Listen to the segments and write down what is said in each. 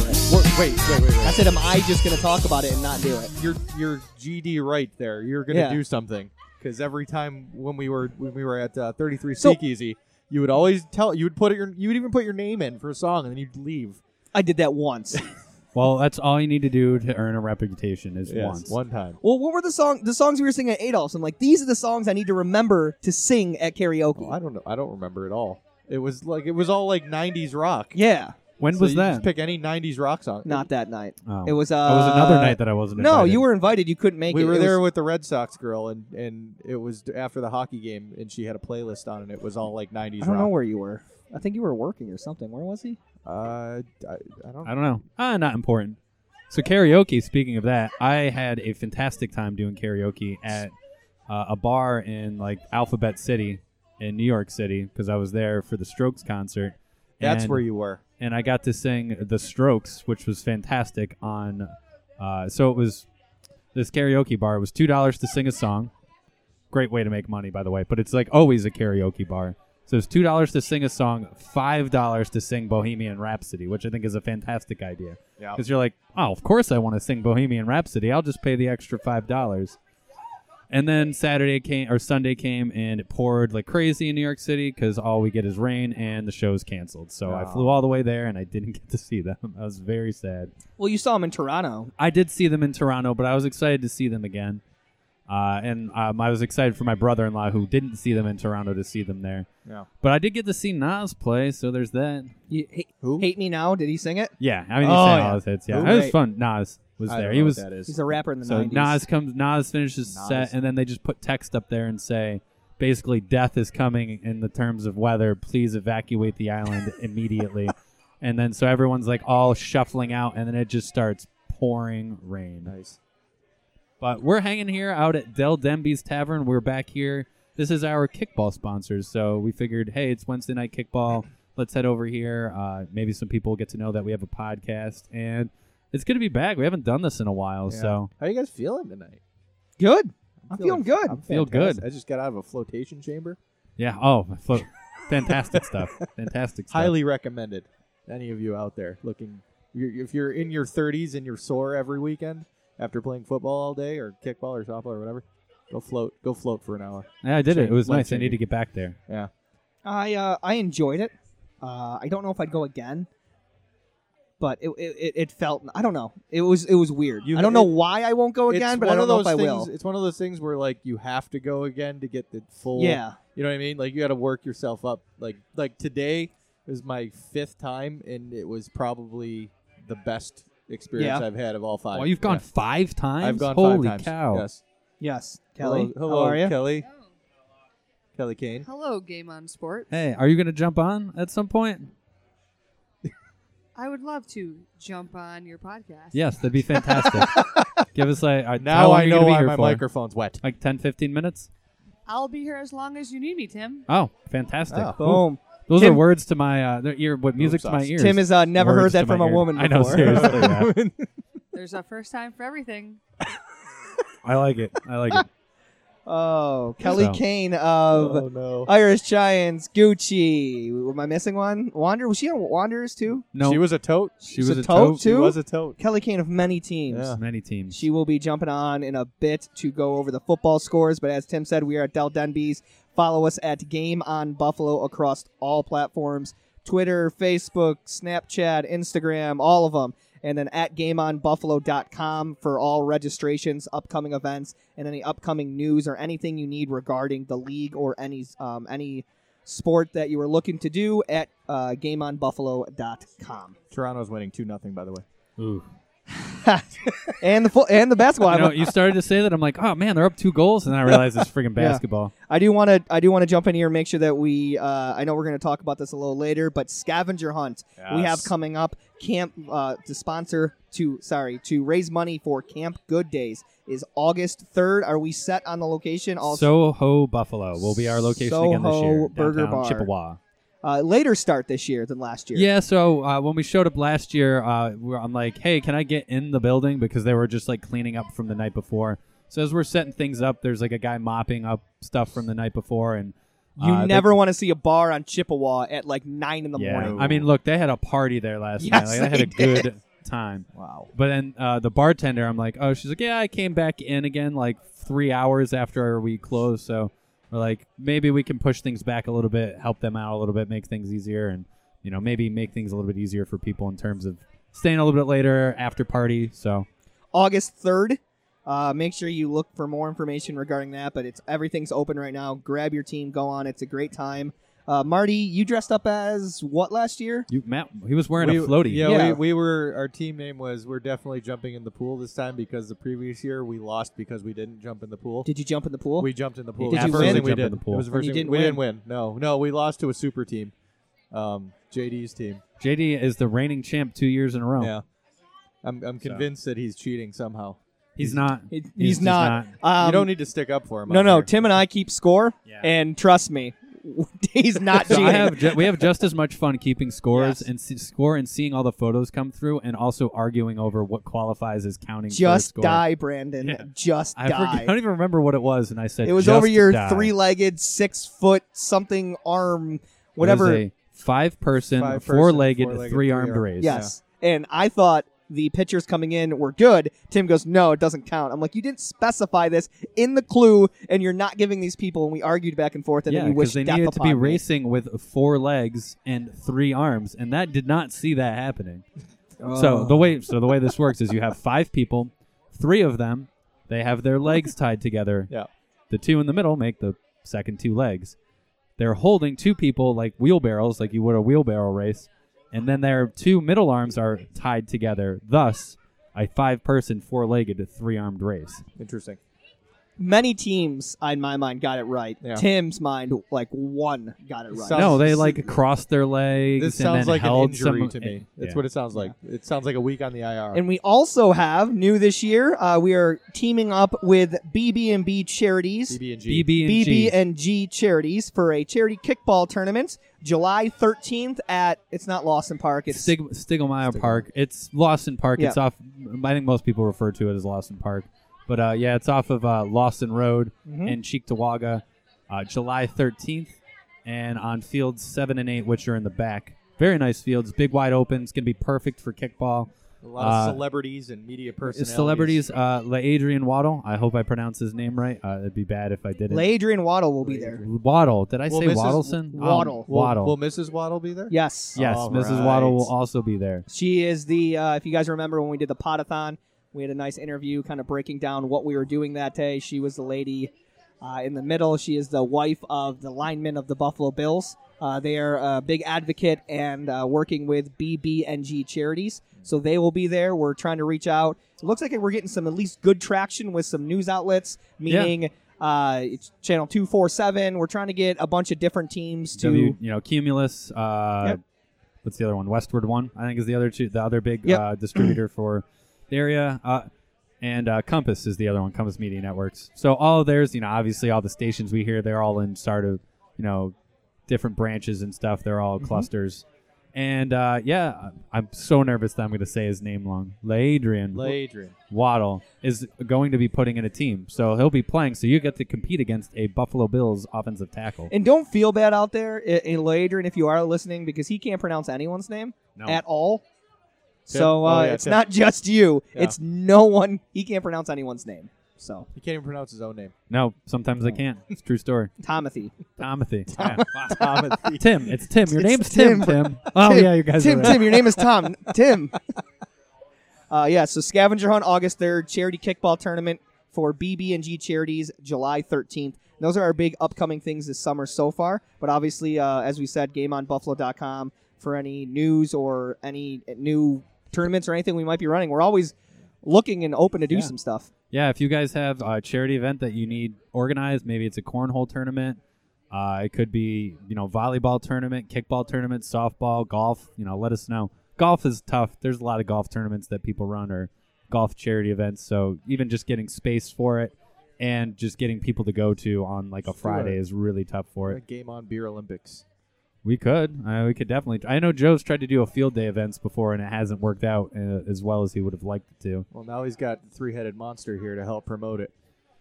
Wait, wait, wait, I wait. said, am I just going to talk about it and not do it? You're you're GD right there. You're gonna Yeah. do something because every time when we were when we were at uh, 33 So- Speakeasy, you would always tell you would put your you would even put your name in for a song and then you'd leave. I did that once. Well, that's all you need to do to earn a reputation is once. one time. well, what were the song the songs we were singing at Adolph's? I'm like, these are the songs I need to remember to sing at karaoke. Well, I don't know. I don't remember at all. It was like it was all like 90s rock. yeah, When So was you that? Just pick any 90s rock song. not that night. Oh. It was. Uh, That was another night that I wasn't. No, invited. you were invited. You couldn't make we it. were It there was- with the Red Sox girl, and and it was d- after the hockey game, and she had a playlist on, and it was all like '90s I don't know rock. where you were. I think you were working or something. Where was he? uh, I, I don't. I don't know. Ah, not important. So karaoke. Speaking of that, I had a fantastic time doing karaoke at uh, a bar in like Alphabet City in New York City because I was there for the Strokes concert. That's and, where you were. and I got to sing the Strokes, which was fantastic. On uh, so it was this karaoke bar. It was two dollars to sing a song. Great way to make money, by the way. But it's like always a karaoke bar. So it's two dollars to sing a song, five dollars to sing Bohemian Rhapsody, which I think is a fantastic idea Yeah. because you're like, oh, of course I want to sing Bohemian Rhapsody. I'll just pay the extra five dollars. And then Saturday came or Sunday came and it poured like crazy in New York City because all we get is rain and the show's canceled. So I Oh. flew all the way there and I didn't get to see them. I was very sad. Well, you saw him in Toronto. I did see them in Toronto, but I was excited to see them again. Uh, and um, I was excited for my brother-in-law who didn't see them in Toronto to see them there. Yeah. But I did get to see Nas play, so there's that. You, hate, Who? hate me now? Did he sing it? Yeah, I mean, he Oh, sang yeah. all his hits. Yeah, Who- it was Right. fun. Nas was I don't there. know He what was that is. He's a rapper in the So 90s. Nas comes, Nas finishes the Nas. set, and then they just put text up there and say, basically, death is coming in the terms of weather. Please evacuate the island immediately. And then so everyone's like all shuffling out, and then it just starts pouring rain. nice. But we're hanging here out at Del Denby's Tavern. We're back here. This is our kickball sponsors, so we figured, hey, it's Wednesday night kickball. Let's head over here. Uh, maybe some people will get to know that we have a podcast, and it's good to be back. We haven't done this in a while, Yeah. so How you guys feeling tonight? Good. I'm feeling good. I'm Feel fantastic. good. I just got out of a flotation chamber. Yeah. Oh, my float. fantastic stuff. Fantastic stuff. Highly recommended. Any of you out there looking, you're, if you're in your 30s and you're sore every weekend after playing football all day or kickball or softball or whatever, go float. Go float for an hour. Yeah, I did it. It was Life nice. I need to changing. get back there. Yeah. I uh, I enjoyed it. Uh, I don't know if I'd go again, but it, it it- it felt I don't know. It was it was weird. You- I don't know it- why I won't go again, it's but one I don't of know those if I things. will. It's one of those things where like you have to go again to get the full. Yeah, You know what I mean? Like you got to work yourself up. Like like today is my fifth time, and it was probably the best experience Yeah. I've had of all five. Oh, you've gone Yeah. five times. I've gone Holy five times. cow! Yes. yes, Kelly. Hello, hello how are you? Kelly. Oh. Kelly Kane. Hello, Game On Sports. Hey, are you gonna jump on at some point? I would love to jump on your podcast. Yes, that'd be fantastic. Give us like uh, how Now long I are you know gonna be why here my for? microphone's wet. Like 10, 15 minutes. I'll be here as long as you need me, Tim. Oh, fantastic! Oh. Boom. Those Tim- are words to my uh, their ear. What music to my Oops, ears? Tim has uh, never Words heard that to my from a ears. woman. I know. before. Seriously, yeah. There's a first time for everything. I like it. I like it. oh, Kelly So. Kane of oh no. Irish Giants, Gucci. Am I missing one? Wander was she on Wanderers too? No, She was a tote. she was a a tote, tote. She Two? was a tote. Kelly Kane of many teams. Yeah. Many teams. She will be jumping on in a bit to go over the football scores. But as Tim said, we are at Del Denby's. Follow us at Game on Buffalo across all platforms Twitter, Facebook, Snapchat, Instagram, all of them. And then at gameonbuffalo.com for all registrations, upcoming events, and any upcoming news or anything you need regarding the league or any um, any sport that you are looking to do at uh, gameonbuffalo.com. Toronto's winning two nothing. By the way. Ooh. and the full, and the basketball. You know, you started to say that. I'm like, oh man, they're up two goals, and I realized it's friggin' Yeah. basketball. I do want to. I do want to jump in here and make sure that we. Uh, I know we're going to talk about this a little later, but scavenger hunt we have Yes. coming up. Camp uh, to sponsor to sorry to raise money for Camp Good Days is August third. Are we set on the location? Also, Soho Buffalo will be our location again this Soho year. Burger downtown Bar. Chippewa. uh, later start this year than last year. Yeah, so uh, when we showed up last year, uh, we were- I'm like, hey, can I get in the building? Because they were just like cleaning up from the night before. So as we're setting things up, there's like a guy mopping up stuff from the night before, and you uh, they- never want to see a bar on Chippewa at like nine in the yeah. morning. I mean, look, they had a party there last Yes, night. Like, they had a good time. Wow. But then uh, the bartender, I'm like, oh, she's like, yeah, I came back in again like three hours after we closed. So we're like, maybe we can push things back a little bit, help them out a little bit, make things easier, and you know, maybe make things a little bit easier for people in terms of staying a little bit later after party. So August 3rd. Uh, make sure you look for more information regarding that, but it's everything's open right now. Grab your team, go on. It's a great time. Uh, Marty, you dressed up as what last year? you, Matt, he was wearing we, a floaty. Yeah, Yeah. We, we were. Our team name was. We're definitely jumping in the pool this time because the previous year we lost because we didn't jump in the pool. Did you jump in the pool? we jumped in the pool. Did That's you the first win? thing we Jumped in did. the pool. It was the And first you thing- didn't we didn't win. win. No, no, we lost to a super team. Um, JD's team. JD is the reigning champ two years in a row. Yeah, I'm, I'm Oh. So. convinced that he's cheating somehow. He's not. He- he's, He's just not. Um, you don't need to stick up for him. no, out no. there. Tim and I keep score, Yeah. and trust me, he's not So cheating. I have ju- we have just as much fun keeping scores Yes. and se- score and seeing all the photos come through, and also arguing over what qualifies as counting. for a just score. die, Brandon. Yeah. Just I, forget, die. I don't even remember what it was, and I said it was "Just over your die." three-legged, six-foot something arm, It was whatever. a five-person, Five-person, four-legged, four-legged, three-armed three-armed- race. Yes. And I thought the pictures coming in were good. Tim goes, no, it doesn't count. I'm like, you didn't specify this in the clue, and you're not giving these people. And we argued back and forth, and yeah, then you wished they death needed to upon be me. racing with four legs and three arms, and that did not see that happening. Oh. So Ugh. the way so the way this works is you have five people, three of them, they have their legs tied together. Yeah. The two in the middle make the second two legs. They're holding two people like wheelbarrows, like you would a wheelbarrow race, and then their two middle arms are tied together. Thus, a five-person, four-legged, three-armed race. Interesting. many teams, in my mind, got it right. Yeah. Tim's mind, like one, got it right. Sounds- No, they like crossed their legs. This and sounds then like an held injury some- to me. That's Yeah. what it sounds like. It sounds like a week on the IR. And we also have new this year. Uh, we are teaming up with BB&B Charities, BB&G. BB&G. BB&G Charities for a charity kickball tournament, July 13th at it's not Lawson Park, it's Stig- Stiglmeyer Stiglmeyer. Park. It's Lawson Park. Yeah. It's off. I think most people refer to it as Lawson Park, but uh, yeah, it's off of uh, Lawson Road Mhm. in Cheektowaga, uh, July 13th, and on fields seven and eight, which are in the back. Very nice fields, big wide open. It's gonna be perfect for kickball. A lot Uh, of celebrities and media personalities. Celebrities, uh, La Adrian Waddle. I hope I pronounced his name right. Uh, it'd be bad if I didn't. Ladrian Waddle will be there. Waddle. Did I Will say Mrs. Waddleson? W- Waddle. Oh, Waddle. Will, will Mrs. Waddle be there? Yes. yes, All Mrs. right. Waddle will also be there. She is the, uh, if you guys remember when we did the potathon, we had a nice interview kind of breaking down what we were doing that day. She was the lady uh, in the middle. She is the wife of the lineman of the Buffalo Bills. Uh, they are a big advocate and uh, working with BBNG charities. So they will be there. We're trying to reach out. It looks like we're getting some at least good traction with some news outlets, meaning uh, it's Channel 247. We're trying to get a bunch of different teams to. W, you know, Cumulus. Uh, Yep. What's the other one? Westward One, I think, is the other two, the other big Yep. uh, distributor for the area. Uh, and uh, Compass is the other one, Compass Media Networks. So all of theirs, you know, obviously all the stations we hear, they're all in sort of, you know, different branches and stuff. They're all Mm-hmm. clusters. And uh, yeah, I'm so nervous that I'm going to say his name wrong. Laadrian. La Adrian. Waddle is going to be putting in a team, so he'll be playing. So you get to compete against a Buffalo Bills offensive tackle. And don't feel bad out there, I- I- Adrian, if you are listening, because he can't pronounce anyone's name No. at all. Tim. So uh, Oh, yeah, it's Tim. not just you; Yeah. it's no one. He can't pronounce anyone's name. So He can't even pronounce his own name. No, sometimes I can't. It's a true story. Oh. Timothy, Timothy. Timothy. Tim. It's Tim. Your It's name's Tim. Tim. Oh Tim, yeah, you guys. Tim, are right. Tim, your name is Tom. Tim. Uh, yeah. So scavenger hunt, August third, charity kickball tournament for BB and G charities, July thirteenth. Those are our big upcoming things this summer so far. But obviously, uh, as we said, GameOnBuffalo.com for any news or any new tournaments or anything we might be running. We're always looking and open to do Yeah. some stuff. Yeah, if you guys have a charity event that you need organized, maybe it's a cornhole tournament. Uh, it could be you know volleyball tournament, kickball tournament, softball, golf. You know, let us know. Golf is tough. There's a lot of golf tournaments that people run or golf charity events. So even just getting space for it and just getting people to go to on like a Friday is really tough for it. A game on Beer Olympics. We could. Uh, we could definitely. I know Joe's tried to do a field day events before, and it hasn't worked out uh, as well as he would have liked it to. Well, now he's got the three-headed monster here to help promote it.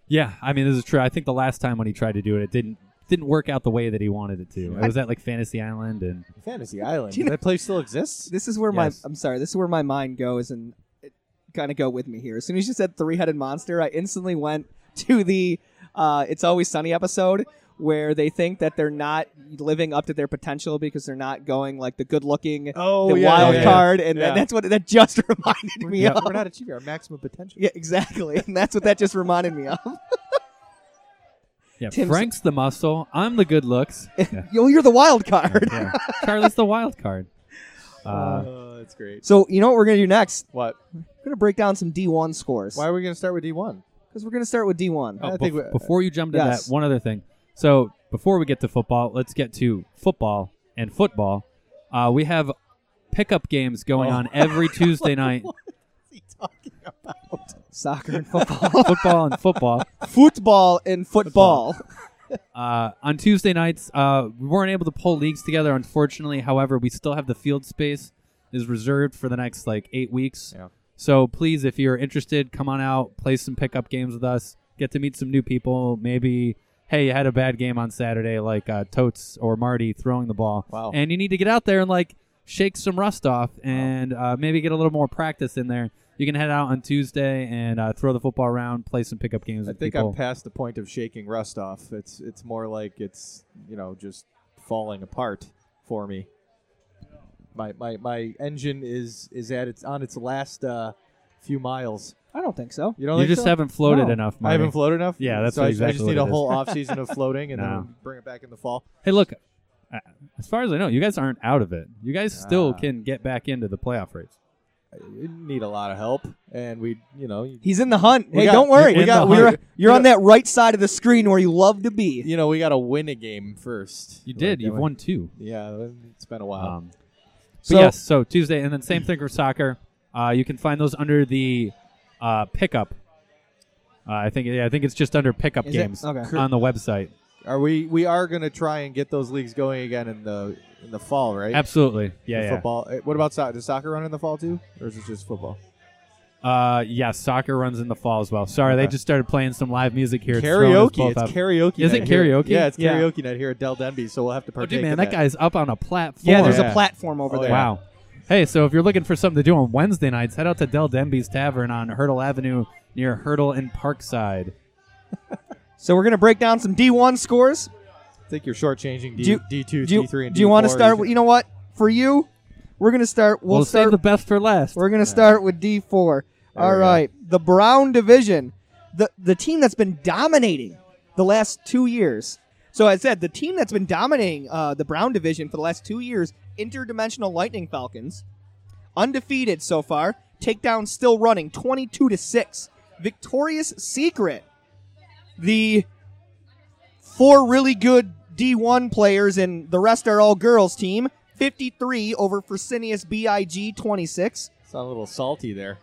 Yeah, I mean, this is true. I think the last time when he tried to do it, it didn't didn't work out the way that he wanted it to. I- I was at like Fantasy Island, and Fantasy Island. Do you know- that place still exists. This is where Yes. my I'm sorry. This is where my mind goes and kind of go with me here. As soon as you said three headed monster, I instantly went to the uh, It's Always Sunny episode where they think that they're not living up to their potential because they're not going like the good looking, Oh, the yeah, wild yeah, yeah. card, and then Yeah. that's what that just reminded me Yeah, of. We're not achieving our maximum potential. Yeah, exactly, and that's what that just reminded me of. yeah, Tim's- Frank's the muscle. I'm the good looks. Yeah. Yo, you're the wild card. yeah. Charlie's the wild card. Uh, oh, that's great. So you know what we're gonna do next? What? We're gonna break down some D1 scores Why are we going to start with D1? because we're gonna start with D1. I oh, think bef- we- uh, before you jump to Yes. that, one other thing. So before we get to football, let's get to football and football. Uh, we have pickup games going Oh. on every Tuesday night. What's he talking about? uh, Soccer and football. Football and football. football and football. Uh, on Tuesday nights, uh, we weren't able to pull leagues together, unfortunately. However, we still have the field space is reserved for the next like eight weeks. Yeah. So please, if you're interested, come on out, play some pickup games with us, get to meet some new people. Maybe hey, you had a bad game on Saturday, like uh, Totes or Marty throwing the ball, Wow. and you need to get out there and like shake some rust off, and uh, maybe get a little more practice in there. You can head out on Tuesday and uh, throw the football around, play some pickup games. I with think people. I'm past the point of shaking rust off. It's it's more like it's you know just falling apart for me. My my, my engine is is at its on its last uh, few miles. I don't think so. You don't you think just so? haven't floated No. enough, I Marty. haven't floated enough. Yeah, that's so I, exactly I just what need it a is. whole off season of floating, and No. then bring it back in the fall. Hey, look, uh, as far as I know, you guys aren't out of it. You guys still Ah. can get back into the playoff race. You need a lot of help, and we you know you- He's in the hunt. We hey, got- don't worry. you're in the you're, hunt. you're We on that right side of the screen where you love to be. you know we got to win a game first. You Like, did. You've uh, won two. Yeah, it's been a while. Um, but So- yes, so Tuesday, and then same thing for soccer. Uh, you can find those under the uh, pickup. Uh, I think yeah, I think it's just under pickup Is it? games Okay. on the website. Are we? We are going to try and get those leagues going again in the in the fall, right? Absolutely, The yeah, Football. eh, What about soccer? Does soccer run in the fall too, or is it just football? yeah. Uh, yeah, soccer runs in the fall as well. Sorry, they Okay. just started playing some live music here. It's throwing us karaoke. both It's off. karaoke. Is it night here. karaoke? Yeah, it's Yeah. karaoke night here at Dell Denby, so we'll have to Oh, partake. dude, man, in that that guy's up on a platform. Yeah, there's Yeah. a platform over Oh, there. yeah. Wow. Hey, so if you're looking for something to do on Wednesday nights, head out to Del Denby's Tavern on Hurdle Avenue near Hurdle and Parkside. So we're going to break down some D1 scores. I think you're shortchanging D, Do you- D2, Do you, D3, and do you want to D4. start? should- with- You know what? For you, we're going to start. We'll, We'll, start. save the best for last. we're going to start with D4. There All we go. right. The Brown Division, the, the team that's been dominating the last two years. So as I said, the team that's been dominating uh, the Brown Division for the last two years, Interdimensional Lightning Falcons. undefeated so far. Takedown still running, 22 to six. Victorious Secret, the four really good D1 players and the rest are all girls team, 53 over Fresenius Big 26. Sound a little salty there.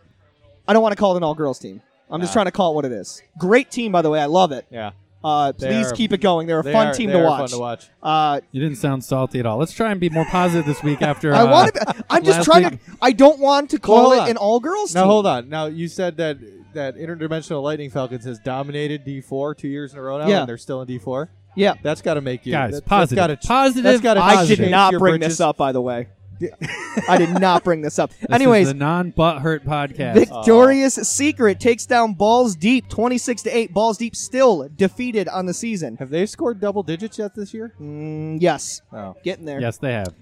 I don't want to call it an all girls team. I'm just Ah. trying to call it what it is. Great team, by the way. I love it. Yeah, Uh, They please are- keep it going. They're a They fun are- team they to are watch. Fun to watch. Uh, you didn't sound salty at all. Let's try and be more positive this week after. I uh, want to. I'm just last trying week- to. I don't want to call hold it on. an all girls team. Now hold on. Now you said that that interdimensional lightning falcons has dominated D4 two years in a row now, Yeah. and they're still in D4. Yeah. That's got to make you guys that- positive. That's got to positive. that's gotta I positive. did not Your bring bridges. this up, by the way. I did not bring this up. This Anyways, is the non butt hurt podcast. Victorious Secret takes down Balls Deep 26 to 8. Balls Deep still defeated on the season. Have they scored double digits yet this year? Mm, yes, No. getting there. yes, they have.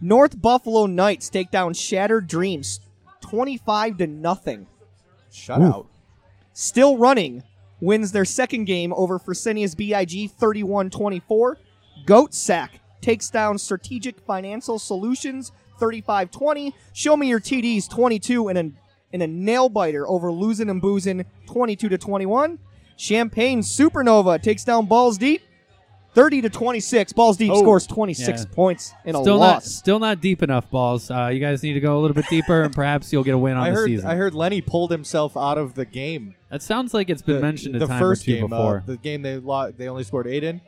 North Buffalo Knights take down Shattered Dreams 25 to nothing. Shut out. Still running wins their second game over Fresenius BIG 31 24. Goat Sack takes down Strategic Financial Solutions 35 20. Show me your TDs 22 and a, and a nail biter over Losing and Boozing 22 to 21. Champagne Supernova takes down Balls Deep 30 to 26. Balls Deep Oh. scores 26 Yeah. points in a Still not, loss. still not deep enough, balls. Uh, you guys need to go a little bit deeper, and perhaps you'll get a win on I the heard. season. I heard Lenny pulled himself out of the game. that sounds like it's been mentioned a the time first or two game, uh, before. the game they lo- they only scored eight in.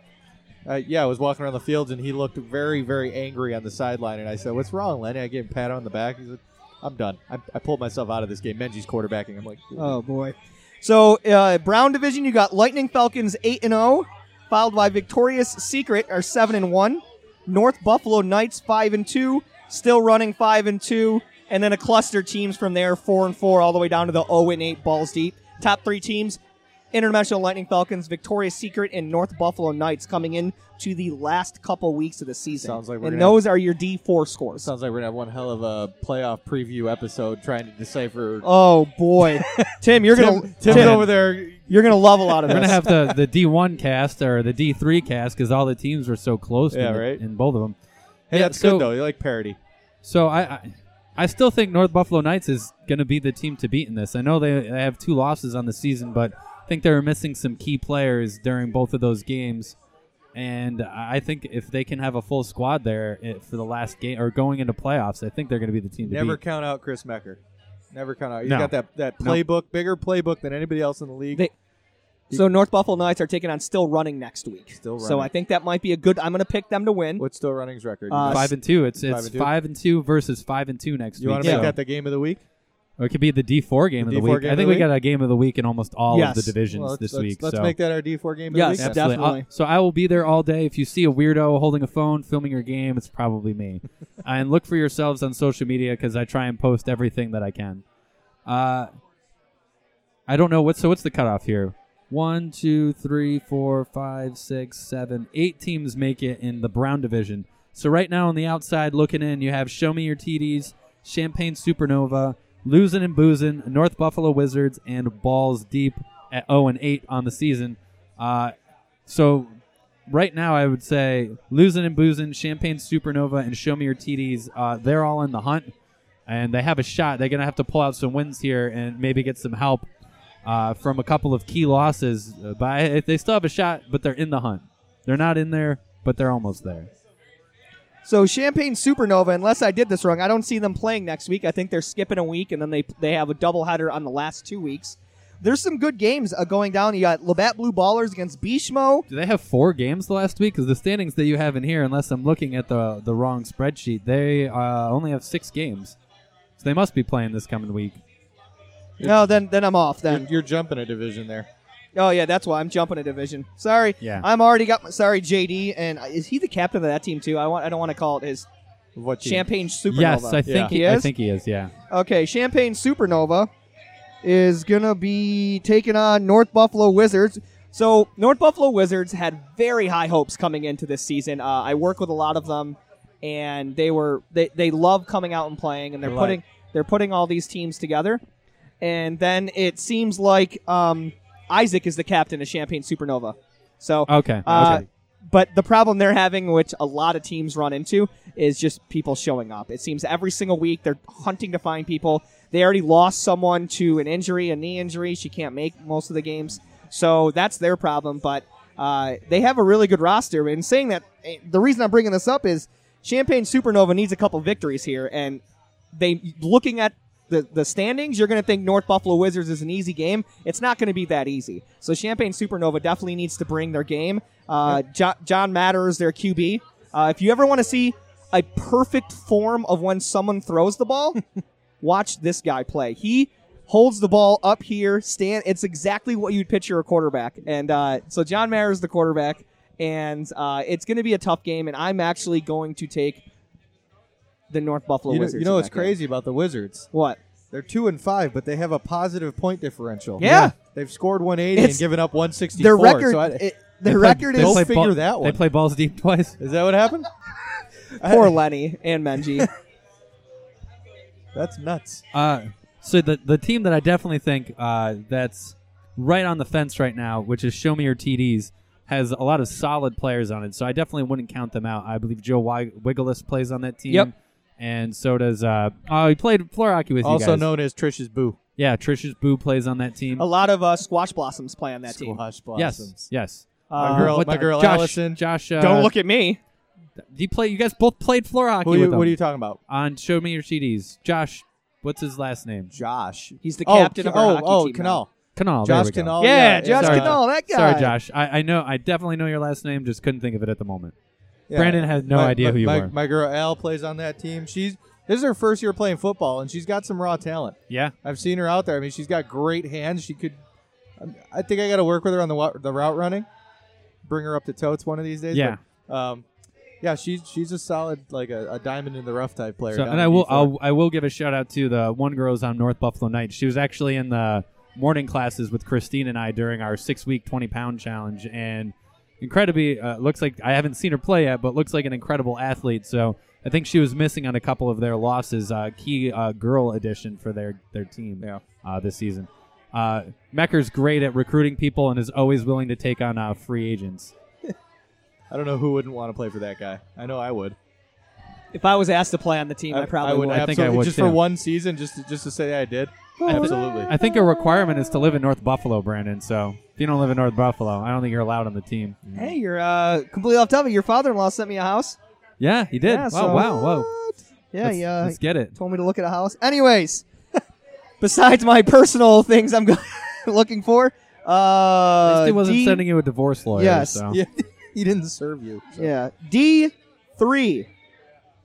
Uh, yeah, I was walking around the fields and he looked very, very angry on the sideline. And I said, "What's wrong, Lenny?" I gave him a pat on the back. He said, "I'm done. I, I pulled myself out of this game." Menji's quarterbacking. I'm like, Oh boy. So uh, Brown Division, you got Lightning Falcons eight and zero, followed by Victoria's Secret are seven and one, North Buffalo Knights five and two, still running five and two, and then a cluster teams from there four and four all the way down to the zero and eight balls deep. Top three teams: International Lightning Falcons, Victoria's Secret, and North Buffalo Knights coming in to the last couple weeks of the season. Sounds like we're and gonna- those are your D four scores. Sounds like we're gonna have one hell of a playoff preview episode trying to decipher. Oh boy, Tim, you're Tim, gonna Tim's Tim, over there. You're gonna love a lot of We're this. gonna have the the D one cast or the D three cast because all the teams were so close. Yeah, in, the- right. in both of them. Hey, Yeah, that's so- good though. You like parody. So I, I I still think North Buffalo Knights is gonna be the team to beat in this. I know they, they have two losses on the season, but I think they were missing some key players during both of those games. And I think if they can have a full squad there eh, for the last game or going into playoffs, I think they're going to be the team to Never beat. count out Chris Mecker. Never count out. He's No. got that that Nope. playbook, bigger playbook than anybody else in the league. They- so North Buffalo Knights are taking on Still Running next week. Still So Running. I think that might be a good. I'm gonna pick them to win. What's still running's record? Uh, Five and two. It's Five it's and two? five and two versus five and two next you week. want to make so- that the game of the week? Or it could be the D four game The of the D4 week. game I of think the we got a game of the week in almost all Yes. of the divisions Well, let's, this let's- week. Let's so. make that our D four game of Yes, the week. then. definitely. Absolutely. I'll- so I will be there all day. If you see a weirdo holding a phone, filming your game, it's probably me. and look for yourselves on social media because I try and post everything that I can. Uh, I don't know what. So what's the cutoff here? One, two, three, four, five, six, seven, eight teams make it in the Brown division. So right now on the outside looking in, you have Show Me Your TDs, Champagne Supernova, Losing and Boozin', North Buffalo Wizards, and Balls Deep at 0 and 8 on the season. Uh, so right now, I would say Losing and Boozin', Champagne Supernova, and Show Me Your TDs, uh, they're all in the hunt, and they have a shot. They're going to have to pull out some wins here and maybe get some help uh, from a couple of key losses. Uh, But I- they still have a shot, but they're in the hunt. They're not in there, but they're almost there. So Champagne Supernova, unless I did this wrong, I don't see them playing next week. I think they're skipping a week and then they they have a doubleheader on the last two weeks. There's some good games uh, going down. You got Labatt Blue Ballers against Bishmo. Do they have four games the last week? Because the standings that you have in here, unless I'm looking at the the wrong spreadsheet, they uh, only have six games. So they must be playing this coming week. No, then then I'm off. You're, Then you're jumping a division there. oh yeah, that's why I'm jumping a division. Sorry, Yeah. I'm already got my, sorry JD and uh, is he the captain of that team too? I want I don't want to call it his What team? Champagne Supernova. Yes, I think Yeah. He I is? think he is. Yeah. Okay, Champagne Supernova is gonna be taking on North Buffalo Wizards. So North Buffalo Wizards had very high hopes coming into this season. Uh, I work with a lot of them, and they were they, they love coming out and playing, and they're Right. putting they're putting all these teams together. And then it seems like um, Isaac is the captain of Champagne Supernova. So Okay. uh, okay. But the problem they're having, which a lot of teams run into, is just people showing up. It seems every single week they're hunting to find people. They already lost someone to an injury, a knee injury. She can't make most of the games. So that's their problem. But uh, they have a really good roster. And saying that, eh, the reason I'm bringing this up is Champagne Supernova needs a couple victories here. And they looking at the, the standings, you're going to think North Buffalo Wizards is an easy game. It's not going to be that easy. So Champagne Supernova definitely needs to bring their game. Uh, jo- John Matters, their QB. Uh, if you ever want to see a perfect form of when someone throws the ball, watch this guy play. He holds the ball up here, stand. It's exactly what you'd picture a quarterback. And uh, so John Mayer is the quarterback, and uh, it's going to be a tough game. And I'm actually going to take the North Buffalo You know, Wizards. you know in what's that game. crazy about the Wizards? What? They're two and five, but they have a positive point differential. Yeah. They've scored 180 It's- and given up 164. Their record. So I- it- They their play- record they is play Go figure that They one. play balls deep twice. is that what happened? poor Lenny and Menji. That's nuts. Uh, so the the team that I definitely think uh, that's right on the fence right now, which is Show Me Your TDs, has a lot of solid players on it. So I definitely wouldn't count them out. I believe Joe Wy- Wiggles plays on that team. Yep. And so does uh, oh he played floor hockey with you Also guys. known as Trish's Boo. yeah, Trisha's Boo plays on that team. a lot of uh, squash blossoms play on that team. Squash yes, Blossoms. yes. My Uh, girl- What my the- girl Josh, Allison. Josh, uh, don't look at me. You play. You guys both played floor hockey Who you- with him what are you talking about? on Show Me Your TDs. Josh, what's his last name? Josh. He's the Oh, captain of our oh, hockey oh, team. now. Oh, Canal. Canal. there Josh we go. Canal. yeah, it's, Josh uh, Sorry. Canal, that guy. Sorry, Josh. I, I know. I definitely know your last name. Just couldn't think of it at the moment. yeah. Brandon had no My- idea my- who you my, were. My girl Al plays on that team. She's this is her first year playing football, and she's got some raw talent. yeah. I've seen her out there. I um, mean, she's got great hands. She could. I think I got to work with her on the wa- the route running, bring her up to totes one of these days. yeah. But, um, yeah, she's she's a solid like a, a diamond in the rough type player. So, down and in I will D4. I'll, I will give a shout out to the one girl who's on North Buffalo Night. She was actually in the morning classes with Christine and I during our six week twenty pound challenge, and incredibly uh, looks like I haven't seen her play yet, but looks like an incredible athlete. So I think she was missing on a couple of their losses, uh, key uh, girl addition for their their team Yeah. uh, this season. Uh, Mecker's great at recruiting people and is always willing to take on uh, free agents. I don't know who wouldn't want to play for that guy. I know I would. If I was asked to play on the team, I, probably would. would. I think I absolutely- would, just too. for one season, just to, just to say I did. Absolutely. I think a requirement is to live in North Buffalo, Brandon. So if you don't live in North Buffalo, I don't think you're allowed on the team. Hey, you're uh, completely off topic. Your father-in-law sent me a house. Yeah, he did. Yeah, wow, so- wow, whoa. Yeah, let's, he uh, let's get it. told me to look at a house. Anyways, besides my personal things, I'm go- looking for. Uh, At least he wasn't D- sending you a divorce lawyer. Yes. So. Yeah. he didn't serve you. so. Yeah, D three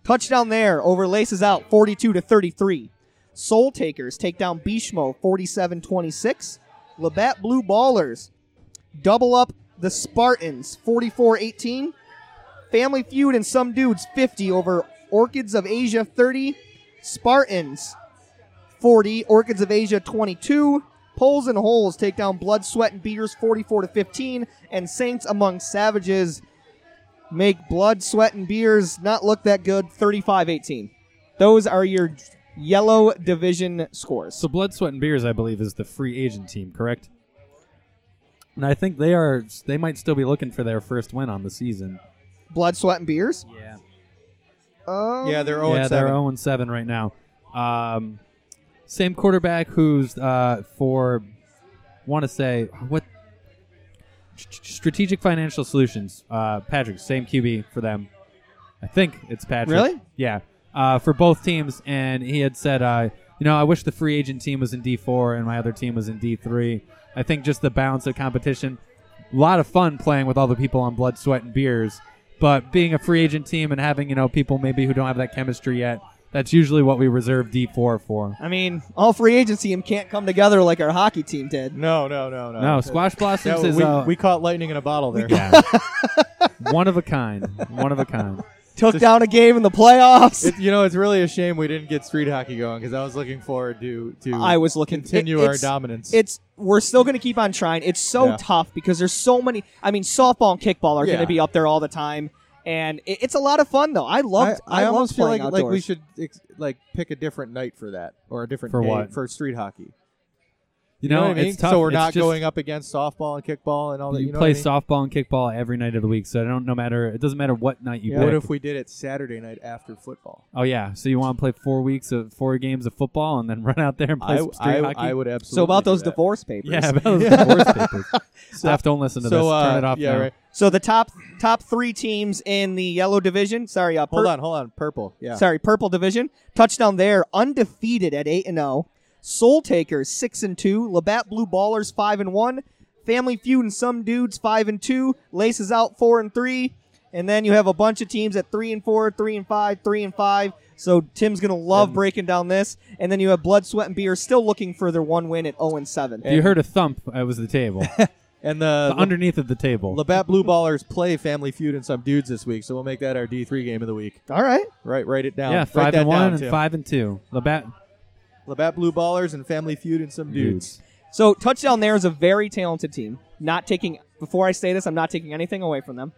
touchdown there over laces out forty two to thirty three. Soul Takers take down Bishmo 47-26. Labatt Blue Ballers double up the Spartans 44-18. Family Feud and Some Dudes 50 over Orchids of Asia 30. Spartans 40. Orchids of Asia 22. Poles and Holes take down Blood, Sweat, and Beaters 44 to 15. And Saints Among Savages make Blood, Sweat, and Beers not look that good 35 18. Those are your yellow division scores. So Blood, Sweat, and Beers, I believe, is the free agent team, correct? And I think they are. They might still be looking for their first win on the season. Blood, Sweat, and Beers? Yeah. Um, Yeah, they're 0 yeah, and they're oh. 7. zero and seven right now. Um, same quarterback who's uh, for want to say what strategic financial solutions. Uh, Patrick, same QB for them. I think it's Patrick. Really? Yeah, uh, for both teams, and he had said, uh, you know, I wish the free agent team was in D four and my other team was in D three. I think just the balance of competition. A lot of fun playing with all the people on blood, sweat, and beers. But being a free agent team and having you know people maybe who don't have that chemistry yet, that's usually what we reserve D four for. I mean, all free agency team can't come together like our hockey team did. No, no, no, no. No, Squash That- Blossoms we, is uh, we caught lightning in a bottle there. yeah. one of a kind, one of a kind. Took down a game in the playoffs. It, you know, it's really a shame we didn't get street hockey going because I was looking forward to to I was looking continue Mm. it- our it's- dominance. It's we're still going to keep on trying. It's so Yeah. tough because there's so many. I mean, softball and kickball are going Yeah. to be up there all the time, and it, it's a lot of fun though. I loved. I, I, loved almost feel playing like like we outdoors. should ex- like pick a different night for that or a different For day what? for street hockey. You You know, know, what I mean? it's tough. So we're It's not just- going up against softball and kickball and all that. you, You, know play what I mean? softball and kickball every night of the week, so I don't no matter it doesn't matter what night you What pick. if we did it Saturday night after football? oh yeah, so you want to play four weeks of four games of football and then run out there and play I, some street I, hockey. I would absolutely. So about do those that. divorce papers. yeah, about those divorce papers. Steph, don't listen to this. So uh, Turn it off yeah, now. right. So the top top three teams in the yellow division. Sorry, uh, Hold pur- on, hold on. Purple. Yeah. Sorry, purple division. Touchdown there, undefeated at eight and zero. Soul Takers six and two. Labatt Blue Ballers five and one. Family Feud and some dudes five and two. Laces out four and three. And then you have a bunch of teams at three and four, three and five, three and five. So Tim's gonna love breaking down this. And then you have Blood, Sweat, and Beer still looking for their one win at zero and seven. If you heard a thump, it was the table. And the, The underneath of the table. Labatt Blue Ballers play Family Feud and some dudes this week, so we'll make that our D three game of the week. All right. Right, write it down. yeah, Write five that and one down, and Tim. five and two. Labatt Labatt Blue Ballers and Family Feud and some dudes. So touchdown there is a very talented team. Not taking before I say this, I'm not taking anything away from them.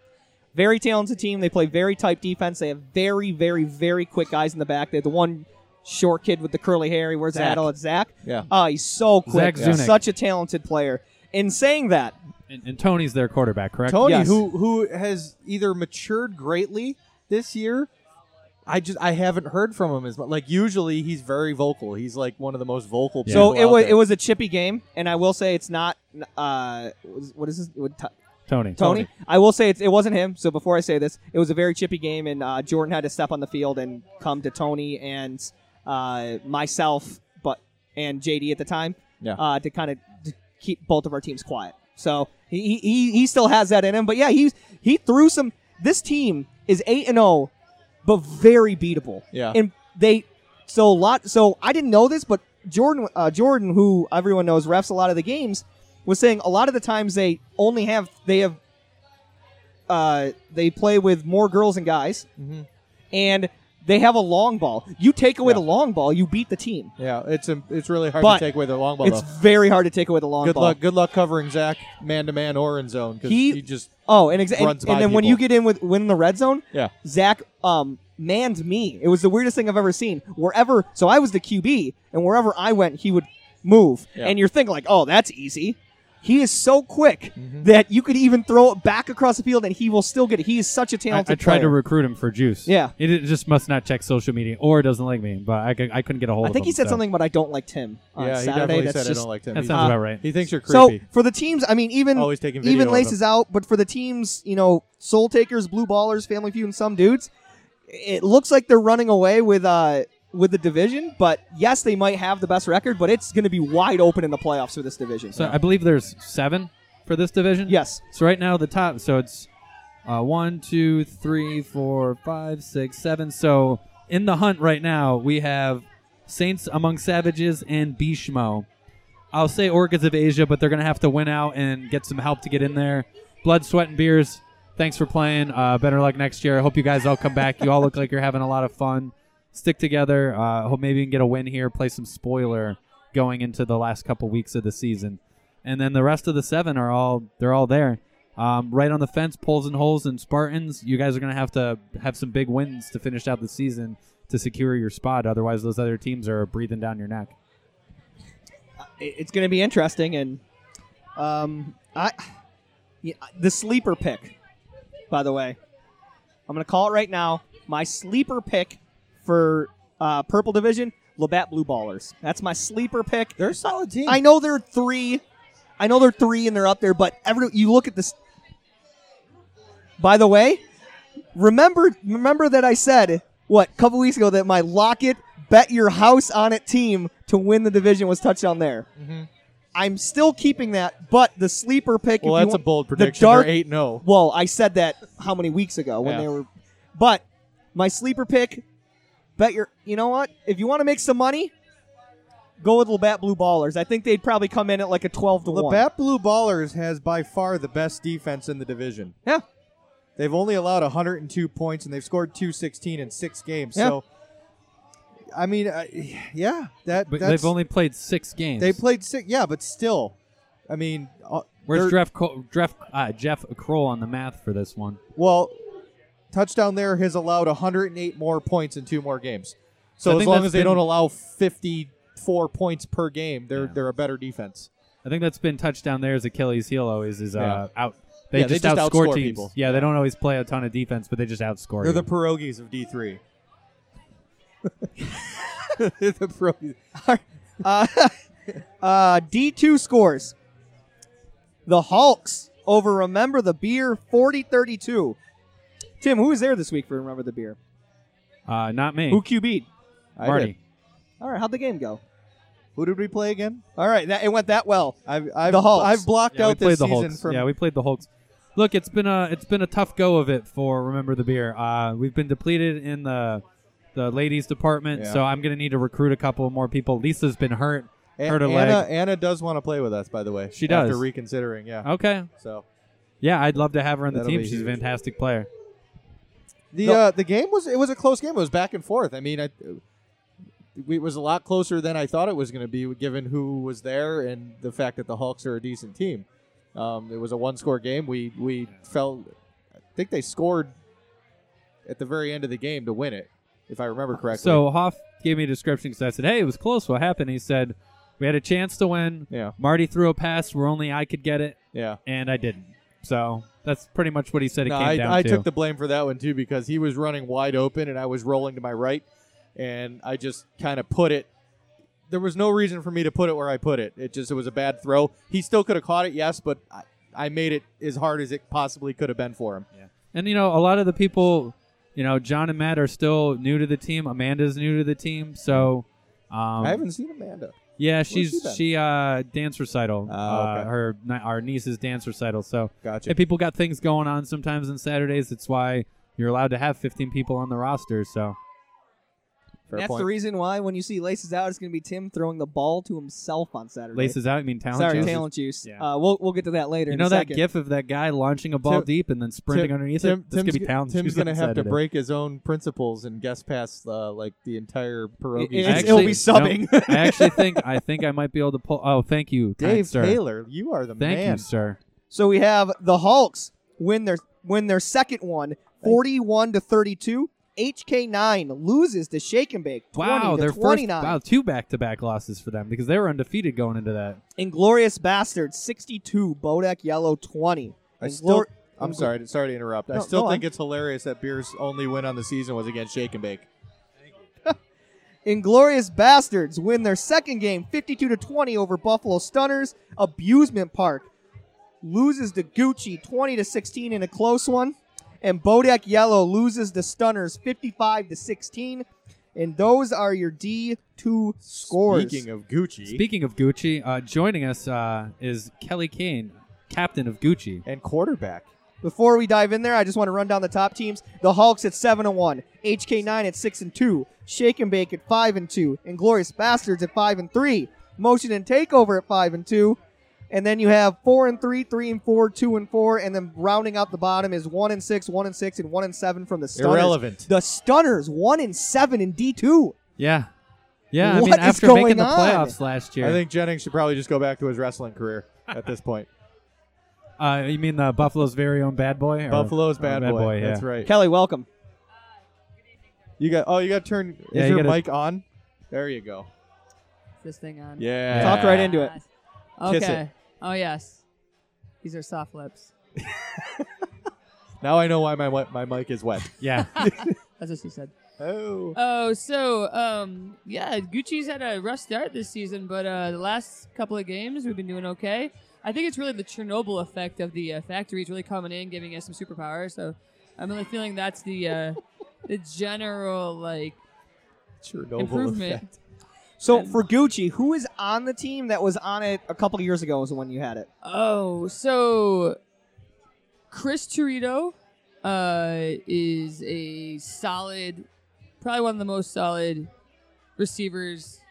Very talented team. They play very tight defense. They have very, very, very quick guys in the back. They have the one short kid with the curly hair. He wears a Zach. hat. Oh, it's Zach. Yeah. Oh, he's so quick. Zach Zunik. Such a talented player. In saying that, And, and Tony's their quarterback, correct? Tony, Yes. who who has either matured greatly this year, I just I haven't heard from him as much. Like usually he's very vocal. He's like one of the most vocal. Yeah. people so it out was there. it was a chippy game, and I will say it's not. Uh, what is this? What, t- Tony. Tony. I will say it's, it wasn't him. So before I say this, it was a very chippy game, and uh, Jordan had to step on the field and come to Tony and uh, myself, but and JD at the time, Yeah. uh, to kind of keep both of our teams quiet. So he, he he still has that in him, but yeah, he he threw some. This team is eight and oh zero, but very beatable. Yeah. and they so a lot. So I didn't know this, but Jordan uh, Jordan, who everyone knows refs a lot of the games, was saying a lot of the times they only have they have uh, they play with more girls and guys, Mm-hmm. and they have a long ball. You take away Yeah. the long ball, you beat the team. Yeah, it's a, it's really hard But to take away their long ball. it's though. very hard to take away the long Good ball. luck, good luck covering Zach man to man or in zone because He- he, just Oh, and, exa- and, Runs and by then when people. you get in with win the red zone, yeah Zach um manned me. It was the weirdest thing I've ever seen. Wherever so I was the QB and wherever I went he would move. Yeah. And you're thinking like, "Oh, that's easy." He is so quick Mm-hmm. that you could even throw it back across the field and he will still get it. He is such a I, talented I tried to player. recruit him for Juice. Yeah. He did- just must not check social media or doesn't like me, but I, c- I couldn't get a hold I of him. think he said so. something Uh, about I don't like Tim on yeah he Saturday. definitely That's said I just don't like him. That He- sounds about right. He thinks you're So creepy. for the teams, I mean, even Always taking video even of laces out, but for the teams, you know, Soul Takers, Blue Ballers, Family Feud, and some dudes, it looks like they're running away with uh with the division. But yes, they might have the best record, but it's going to be wide open in the playoffs for this division. So I believe there's seven for this division. yes, So right now the top, so it's uh, one, two, three, four, five, six, seven. So in the hunt right now, we have Saints Among Savages and Bishmo. I'll say Orchids of Asia, but they're going to have to win out and get some help to get in there. Blood, Sweat, and Beers, thanks for playing. Uh, better luck next year. I hope you guys all come back. You all look like you're having a lot of fun. Stick together. Uh, hope maybe you can get a win here, play some spoiler going into the last couple weeks of the season. And then the rest of the seven are all they're all there. Um, right on the fence, poles and holes and Spartans. You guys are gonna have to have some big wins to finish out the season to secure your spot. Otherwise, those other teams are breathing down your neck. it- it's going to be interesting, and um, I yeah, the sleeper pick, by the way, I'm going to call it right now. My sleeper pick for uh, purple division, Labatt Blue Ballers. That's my sleeper pick. they're a solid team. I know they're three. I know they're three and they're up there, but every you look at this. By the way, remember remember that I said what a couple weeks ago that my Lockett bet your house on it team to win the division was touchdown there. Mhm. I'm still keeping that, but the sleeper pick. well, if you that's a want- bold the prediction. dark- they're eight oh. zero. well, I said that how many weeks ago when Yeah. they were, but my sleeper pick. Bet your, you know what? If you want to make some money, go with Labatt Blue Ballers. I think they'd probably come in at like a twelve to one. Labatt Blue Ballers has by far the best defense in the division. Yeah. They've only allowed 102 points and they've scored 216 in six games. Yeah. So, I mean, uh, yeah, that But that's, they've only played six games. they played six. Yeah, but still, I mean, uh, they're- Where's Jeff Co- Jeff uh, Jeff Kroll on the math for this one? Well, touchdown there has allowed 108 more points in two more games. So I as think long that's as they been- don't allow 54 points per game, they're Yeah. they're a better defense. I think that's been touched down there as Achilles' heel always is uh, out. They, Yeah, just they just outscore, outscore teams. people. Yeah, they don't always play a ton of defense, but they just outscore. They're you. the pierogies of D3. They're the pierogies. Uh, uh, D two scores. The Hawks over Remember the Beer 40-32. Tim, who was there this week for Remember the Beer? uh, not me. Who QB'd? I Marty. did. All right, how'd the game go? Who did we play again? All right, that, it went that well. I've I've, The Hawks. I've blocked Yeah, we out this played the season Hulks. from Yeah, we played the Hulks. Look, it's been a it's been a tough go of it for remember the beer. Uh, we've been depleted in the the ladies department, Yeah. so I'm gonna need to recruit a couple of more people. Lisa's been hurt, An- hurt a Anna leg. Anna does want to play with us by the way. She After does. reconsidering, yeah. Okay, So yeah, I'd love to have her on the That'll team. be She's a huge. fantastic player. The No. uh, the game was it was a close game. It was back and forth. I mean, I, it was a lot closer than I thought it was going to be, given who was there and the fact that the Hawks are a decent team. Um, it was a one score game. We we fell. I think they scored at the very end of the game to win it, if I remember correctly. So Hoff gave me a description because I said, "Hey, it was close. What happened?" He said, "We had a chance to win. yeah, Marty threw a pass where only I could get it, yeah. and I didn't." So that's pretty much what he said. It No, came down I, I to. took the blame for that one too because he was running wide open and I was rolling to my right, and I just kind of put it. There was no reason for me to put it where I put it. It just it was a bad throw. He still could have caught it, yes, but I, I made it as hard as it possibly could have been for him. And you know, a lot of the people, you know, John and Matt are still new to the team. Amanda's new to the team, so um, I haven't seen Amanda. yeah, she's she been? she uh dance recital, Oh, uh, okay. her ni- our niece's dance recital. So Gotcha. and people got things going on sometimes on Saturdays. It's why you're allowed to have 15 people on the roster. So Fair That's point. the reason why when you see Laces Out, it's going to be Tim throwing the ball to himself on Saturday. Laces out, you mean talent? Sorry, changes. talent juice. Yeah. Uh, we'll we'll get to that later. You in know a that second. gif of that guy launching a ball Tim- deep and then sprinting underneath Tim, it? This Tim's, could be talent. Tim's shoes gonna on have to Saturday. break his own principles and guess past uh, like the entire pierogi. It- I it's- it'll be actually- subbing. no, I actually think I think I might be able to pull. Oh, thank you, kind Dave sir. Taylor, you are the Thank man. you, sir. So we have the Hulks win their win their second one, 41 to 32. HK9 loses to Shake and Bake 20 Wow, to their first 29. wow two back to back losses for them because they were undefeated going into that. Inglorious Bastard 62, Bodak Yellow 20. I Inglour- still, I'm sorry, sorry to interrupt. I No, still no, think I'm- it's hilarious that Beer's only win on the season was against Shake and Bake. Inglorious Bastards win their second game 52 to 20 over Buffalo Stunners. Abusement Park loses to Gucci 20 to 16 in a close one. And Bodak Yellow loses to Stunners 55 to 16. And those are your D2 scores. Speaking of Gucci Speaking of Gucci, uh, joining us uh, is Kelly Kane, captain of Gucci. and quarterback, Before we dive in there, I just want to run down the top teams. The Hawks at 7 and 1, HK9 at 6 and 2, Shake and Bake at 5 and 2, Inglorious Bastards at 5 and 3, Motion and Takeover at 5 and 2. And then you have 4 and 3, 3 and 4, 2 and 4, and then rounding out the bottom is 1 and 6, 1 and 6 and 1 and 7 from the Stunners. irrelevant. The Stunners 1 and 7 in D2. Yeah, yeah. I What mean, is after going making the on? playoffs last year, I think Jennings should probably just go back to his wrestling career at this point. Uh, you mean the Buffalo's very own bad boy? or- uh, Buffalo's or bad, boy. Oh, yeah. That's right. Kelly, welcome. You got. Oh, you got to turn. Is Yeah, you your gotta- mic on? There you go. this thing on. Yeah. Talk right into it. Yes. Kiss Okay. Oh yes. These are soft lips. Now I know why my wi- my mic is wet. Yeah. That's what she said. Oh. Oh, so um, yeah, Gucci's had a rough start this season, but uh, the last couple of games we've been doing okay. I think it's really the Chernobyl effect of the uh, factories really coming in, giving us some superpower. So I'm really feeling that's the uh, the general like Chernobyl improvement. effect. So And- for Gucci, who is on the team that was on it a couple years ago is when you had it? Oh, so Chris Chirito uh, is a solid, probably one of the most solid receivers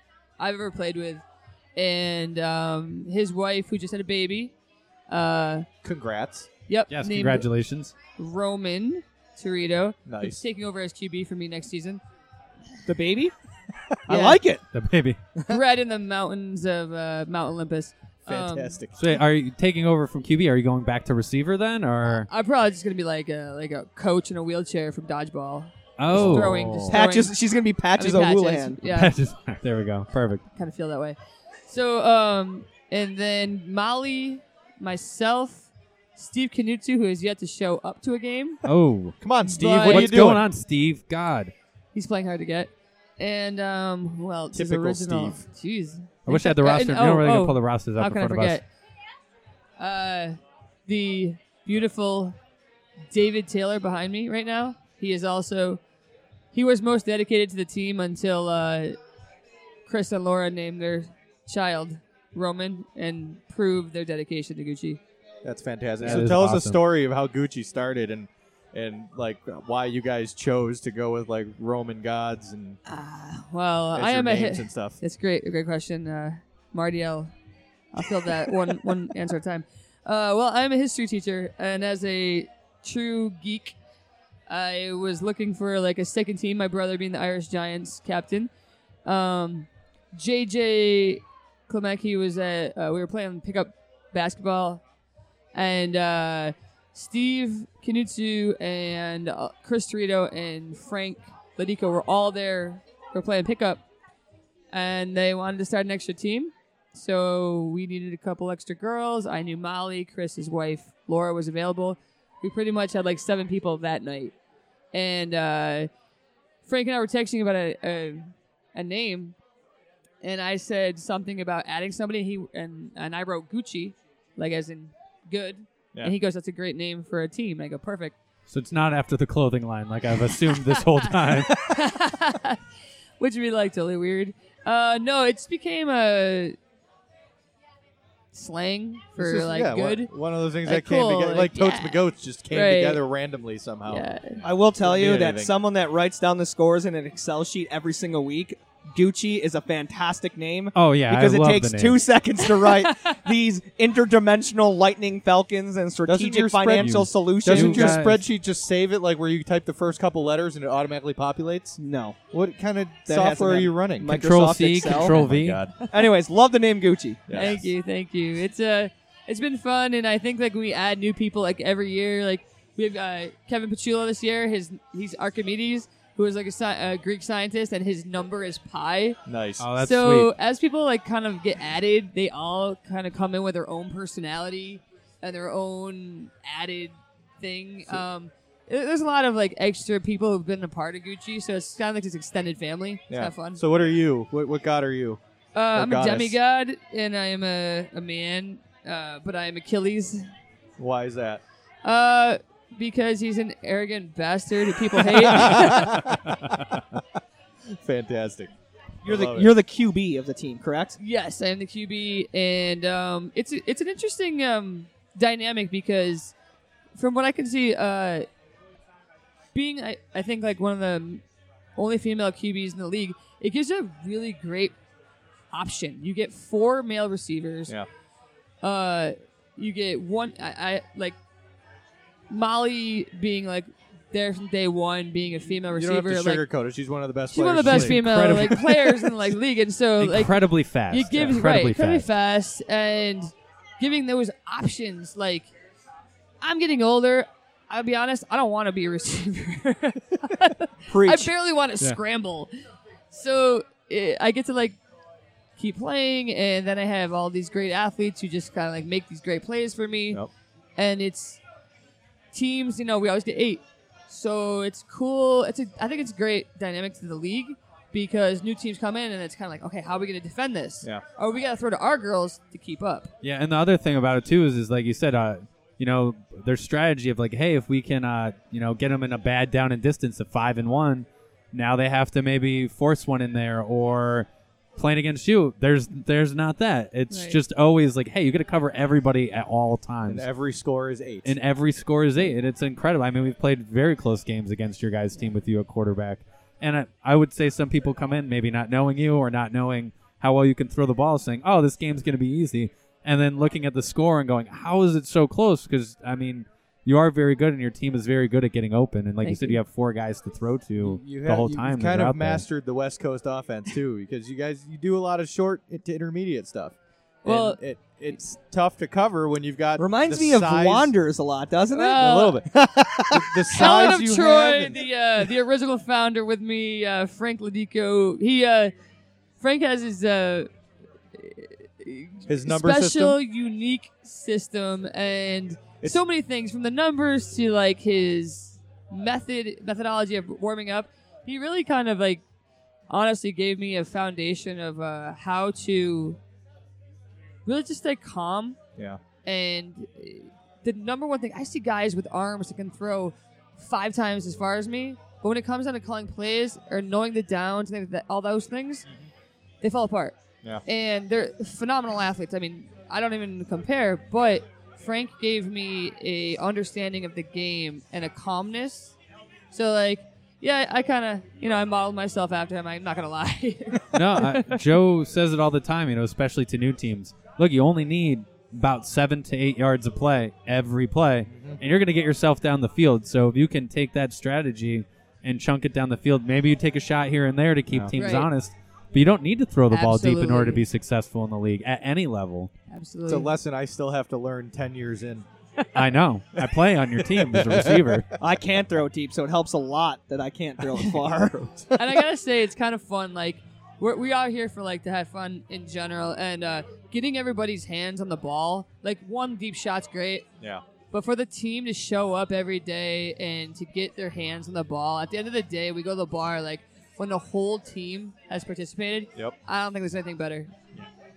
I've ever played with. And um, his wife, who just had a baby, uh, Congrats. yep, yes. named Congratulations. Roman Chirito. He's Nice. taking over as QB for me next season. The baby? I Yeah. like it. The baby. Right in the mountains of uh, Mount Olympus. Um, Fantastic. So wait, are you taking over from QB? Are you going back to receiver then, or I'm probably just gonna be like a like a coach in a wheelchair from dodgeball. oh, throwing, just Patches. Throwing- She's gonna be Patches I mean, O'Houlihan. Yeah, there we go. Perfect. kind of feel that way. So, um, and then Molly, myself, Steve Canutsu, who has yet to show up to a game. Oh, Come on, Steve. But- what are you what's doing? going on, Steve? God, He's playing hard to get. And um, who else? is Typical original. Jeez. I wish I had the roster. And, You're not oh, really oh, gonna pull the rosters up How in can I front of us. forget? Uh, the beautiful David Taylor behind me right now. He is also he was most dedicated to the team until uh, Chris and Laura named their child Roman and proved their dedication to Gucci. That's fantastic. That so is tell us a awesome. story of how Gucci started and and like why you guys chose to go with like Roman gods and Well, as I your am a names hit. and stuff. That's great. A great question, uh, Marty. I'll, I'll fill that one one answer at a time. Uh, well, I'm a history teacher, and as a true geek, I was looking for like a second team. My brother being the Irish Giants captain. Um, JJ Klemecki was at. Uh, we were playing pickup basketball, and uh, Steve Knutsu and uh, Chris Torito and Frank Ladico were all there. We were playing pickup and they wanted to start an extra team. So we needed a couple extra girls. I knew Molly, Chris's wife, Laura was available. We pretty much had like seven people that night. And uh, Frank and I were texting about a, a, a name, and I said something about adding somebody. He and and I wrote Gucci, like as in good. Yeah. And he goes, "That's a great name for a team." I go, "Perfect." So it's not after the clothing line, like I've assumed this whole time. Which would be like totally weird. Uh, no, it just became a slang It's for just- like yeah, one- good. One, of those things Like, that came cool, together, like, like, totes yeah. McGoats just came Right. together randomly somehow. Yeah. I will tell Doesn't you mean that anything. someone that writes down the scores in an Excel sheet every single week, Gucci is a fantastic name. Oh yeah, because I it love takes the name. two seconds to write these interdimensional lightning falcons and your strategic spread- financial You- solutions. Doesn't You your guys- spreadsheet just save it like where you type the first couple letters and it automatically populates? no. What kind of That software hasn't are you happened. running? My- Control Microsoft C, Excel? Control Oh my V. God. Anyways, love the name Gucci. Yeah. Thank you, thank you. It's uh it's been fun and I think like we add new people like every year. Like we have uh, Kevin Pachula this year. His he's Archimedes, who is like a, sci- a Greek scientist, and his number is pi. Nice. Oh, that's so sweet. as people like kind of get added, they all kind of come in with their own personality and their own added thing. Um, there- there's a lot of like extra people who've been a part of Gucci, so it's kind of like this extended family. It's kind of fun. So what are you? What, what god are you? oh, Uh, I'm goddess. a demigod, and I am a, a man, uh, but I am Achilles Why is that? uh, because he's an arrogant bastard who people hate. Fantastic. You're I the love it. you're the QB of the team, correct? yes, I am the QB, and um, it's it's an interesting um, dynamic because from what I can see, uh, being I, I think like one of the only female QBs in the league, it gives you a really great option. You get four male receivers. Yeah. Uh, you get one. I, I like Molly being like there from day one, being a female you receiver. don't have to like, sugarcoat it. She's one of the best She's players. one of the best in league. female incredible. like players in the like league, and so uh, like incredibly fast. you give incredibly right, incredibly fast. fast, and giving those options. Like I'm getting older. I'll be honest. I don't want to be a receiver. I Preach. barely want to Yeah. scramble. So eh, I get to like keep playing, and then I have all these great athletes who just kind of like make these great plays for me. Yep. And it's teams. You know, we always get eight, so it's cool. It's a, I think it's great dynamic to the league because new teams come in, and it's kind of like, okay, how are we going to defend this? Yeah. Or we got to throw to our girls to keep up. Yeah, and the other thing about it too is, is like you said, uh, you know, their strategy of like, hey, if we can, uh, you know, get them in a bad down and distance of five and one, now they have to maybe force one in there or playing against you. There's, there's not that. It's Right. just always like, hey, you got to cover everybody at all times. And every score is eight. and every score is eight, and it's incredible. I mean, we've played very close games against your guys' team with you at quarterback, and I, I would say some people come in maybe not knowing you or not knowing how well you can throw the ball, saying, "Oh, this game's going to be easy," and then looking at the score and going, "How is it so close?" Because I mean, you are very good, and your team is very good at getting open, and like you Thank said, you. you. have four guys to throw to you the have- whole you've time. that kind you're of out there. mastered the West Coast offense too, because you guys you do a lot of short to intermediate stuff. And Well- it it's tough to cover when you've got Reminds the me of size- Uh, Wanderers a lot, doesn't it? Well, a little bit. the, the Helen size of you have. Troy, and- the uh, the original founder with me, uh, Frank Ladico. He uh, Frank has his uh, his number special system. unique system and It's- so many things from the numbers to like his method methodology of warming up. He really kind of like honestly gave me a foundation of uh, how to really just stay calm Yeah. and uh, the number one thing I see guys with arms that can throw five times as far as me, but when it comes down to calling plays or knowing the downs and that, all those things, they fall apart. Yeah. And they're phenomenal athletes. I mean, I don't even compare, but Frank gave me a understanding of the game and a calmness. So like, yeah, I kind of, you know, I modeled myself after him. I'm not gonna lie. no, I, Joe says it all the time, you know, especially to new teams. Look, you only need about seven to eight yards of play every play, and you're going to get yourself down the field. So if you can take that strategy and chunk it down the field, maybe you take a shot here and there to keep Yeah. teams Right. honest, but you don't need to throw the ball deep in order to Absolutely. be successful in the league at any level. It's Absolutely. a lesson I still have to learn ten years in. I know. I play on your team as a receiver. I can't throw deep, so it helps a lot that I can't throw it far. and I gotta say, it's kind of fun. Like we're, we are here for like to have fun in general, and uh, getting everybody's hands on the ball. Like one deep shot's great, Yeah. but for the team to show up every day and to get their hands on the ball. At the end of the day, we go to the bar like when the whole team has participated. Yep. I don't think there's anything better.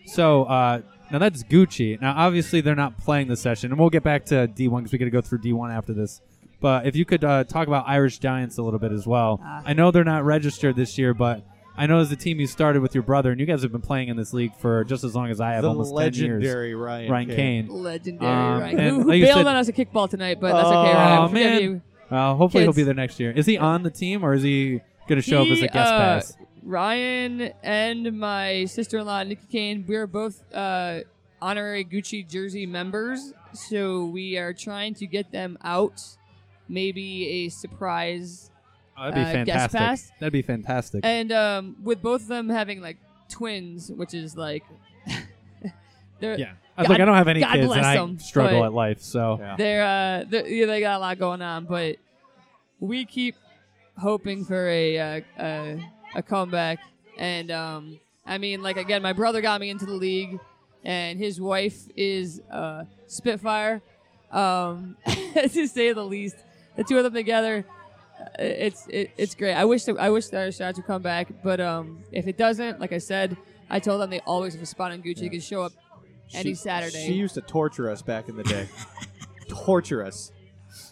So uh, now that's Gucci. Now, obviously, they're not playing this session, and we'll get back to D1 because we got to go through D1 after this. But if you could uh, talk about Irish Giants a little bit as well. Ah. I know they're not registered this year, but I know as a team you started with your brother, and you guys have been playing in this league for just as long as I have, the almost ten years. legendary Ryan, Ryan Kane. Legendary, Um, Ryan. and Who, who like you bailed said- on us at kickball tonight, but that's okay, Oh, Ryan. We forgive man. you. Uh, hopefully Kids. he'll be there next year. Is he on the team or is he going to show up as He, a guest uh, pass? Ryan and my sister in law, Nikki Kane, we're both uh, honorary Gucci jersey members. So we are trying to get them out. Maybe a surprise. Oh, that'd be uh, guest fantastic. pass? That'd be fantastic. And um, with both of them having like twins, which is like. they're, yeah, I was God- like, I don't have any God kids, and bless I them, struggle but- at life. So Yeah. They're uh, they're, yeah, they got a lot going on, but we keep hoping for a uh, a, a comeback. And um, I mean, like again, my brother got me into the league, and his wife is uh, Spitfire, um, to say the least. The two of them together, uh, it's it, it's great. I wish that I wish that our shots would come back, but um, if it doesn't, like I said, I told them they always have a spot on Gucci. You can show up any She- Saturday. She used to torture us back in the day. torture us.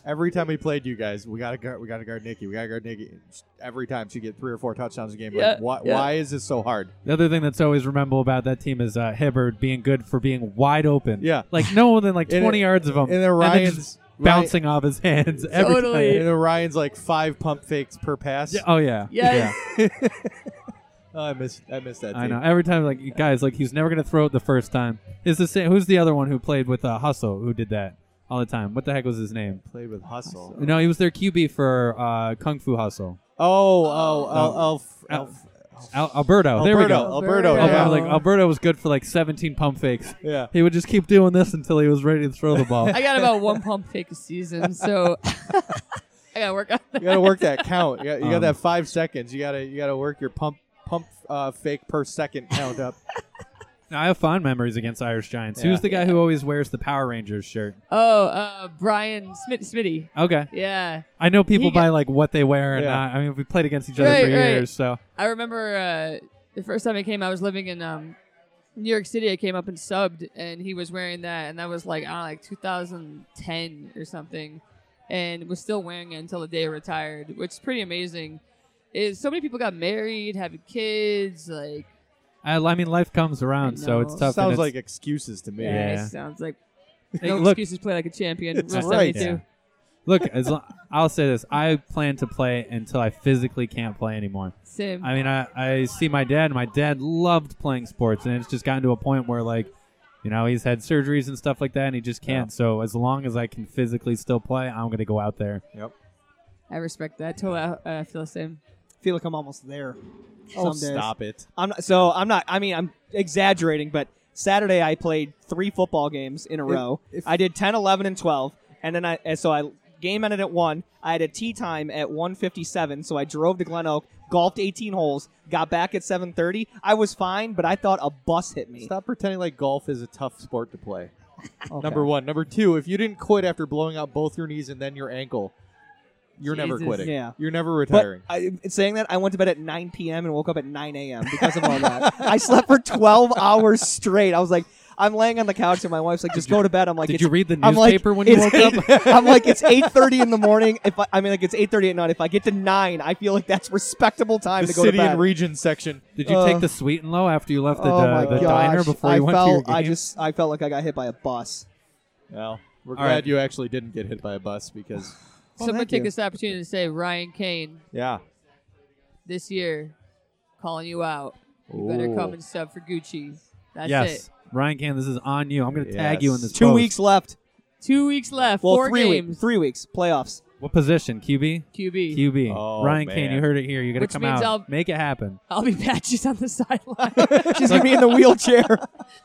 Every time we played you guys, we gotta guard, we gotta guard Nikki, we gotta guard Nikki. Every time she would get three or four touchdowns a game. Yeah, like, why, yeah. why is this so hard? the other thing that's always memorable about that team is uh, Hibbard being good for being wide open. Yeah. like no more than like And twenty it- yards of them, And then Ryan's bouncing off his hands every Totally. Ryan, time. and then Ryan's like five pump fakes per pass. Yeah, Oh yeah, Yes. Oh, I miss I miss that. yeah. I team. know. Every time, like you guys, like he's never gonna throw it the first time. Is the same? Who's the other one who played with uh, Hustle? Who did that all the time? What the heck was his name? Played with hustle. No, he was their QB for uh, Kung Fu Hustle. Oh, oh, Um, oh, elf, elf, Al- Alberto. There we go. Alberto, Alberto. Alberto, yeah. Alberto, like Alberto was good for like 17 pump fakes. yeah. He would just keep doing this until he was ready to throw the ball. I got about one pump fake a season, so I gotta work on that. You gotta work that count. You got, you got Um, that five seconds. You gotta you gotta work your pump pump uh, fake per second count up. Now, I have fond memories against Irish Giants. Yeah. Who's the guy who always wears the Power Rangers shirt? Oh, uh, Brian Smith, Smitty. Okay, Yeah, I know people He got- by like what they wear and Yeah. not. I mean, we played against each other Right, for right. years, so I remember uh, the first time I came, I was living in um, New York City. I came up and subbed, and he was wearing that, and that was like I don't know, like 2010 or something, and was still wearing it until the day I retired, which is pretty amazing. Is so many people got married, having kids, like I, I mean, life comes around, so know. it's tough. and Sounds it's- like excuses to me. yeah, Yeah. it sounds like Hey, no look, excuses. Play like a champion. It's Rule right. 72. look. As lo- I'll say this, I plan to play until I physically can't play anymore. Same. I mean, I, I see my dad. My dad loved playing sports, and it's just gotten to a point where, like, you know, he's had surgeries and stuff like that, and he just can't. So as long as I can physically still play, I'm going to go out there. I respect that. Totally, uh, I feel the same. I feel like I'm almost there. Oh, some days. stop it. I'm not, so I'm not. I mean, I'm exaggerating, but Saturday I played three football games in a row. if- I did 10, 11, and 12, and then I and so I game ended at one. I had a tea time at 1:57, so I drove to Glen Oak, golfed 18 holes, got back at 7:30. I was fine, but I thought a bus hit me. Stop pretending like golf is a tough sport to play. Okay. Number one. Number two, if you didn't quit after blowing out both your knees and then your ankle, you're never Jesus. quitting. Yeah. You're never But retiring. I, saying that, I went to bed at 9 p.m. and woke up at 9 a.m. because of all that. I slept for 12 hours straight. I was like, I'm laying on the couch and my wife's like, just go to bed. I'm like, Did it's you read the I'm like, newspaper when you woke it's up? eight- I'm like, it's 8:30 in the morning. If I, I mean, like, it's 8:30 at night. If I get to nine, I feel like that's respectable time the to go to city bed. and region section. Did you Uh, take the sweet and low after you left the, oh uh, my the gosh! diner before I you went felt, to your game? I just, I felt like I got hit by a bus. Well, we're All glad right. you actually didn't get hit by a bus because Well, Someone thank take you. this opportunity to say Ryan Kane yeah. this year, calling you out. You better Ooh. come and sub for Gucci. That's yes, it. Ryan Can, this is on you. I'm going to tag you in this. Yes. Two post. weeks left. Two weeks left. Well, four three weeks. games. Three weeks. Playoffs. What position? QB. QB. QB. Oh, Ryan Kane, man. you heard it here. You got to Which come means out. I'll- Make it happen. I'll be patches on the sideline, She's gonna be in the wheelchair.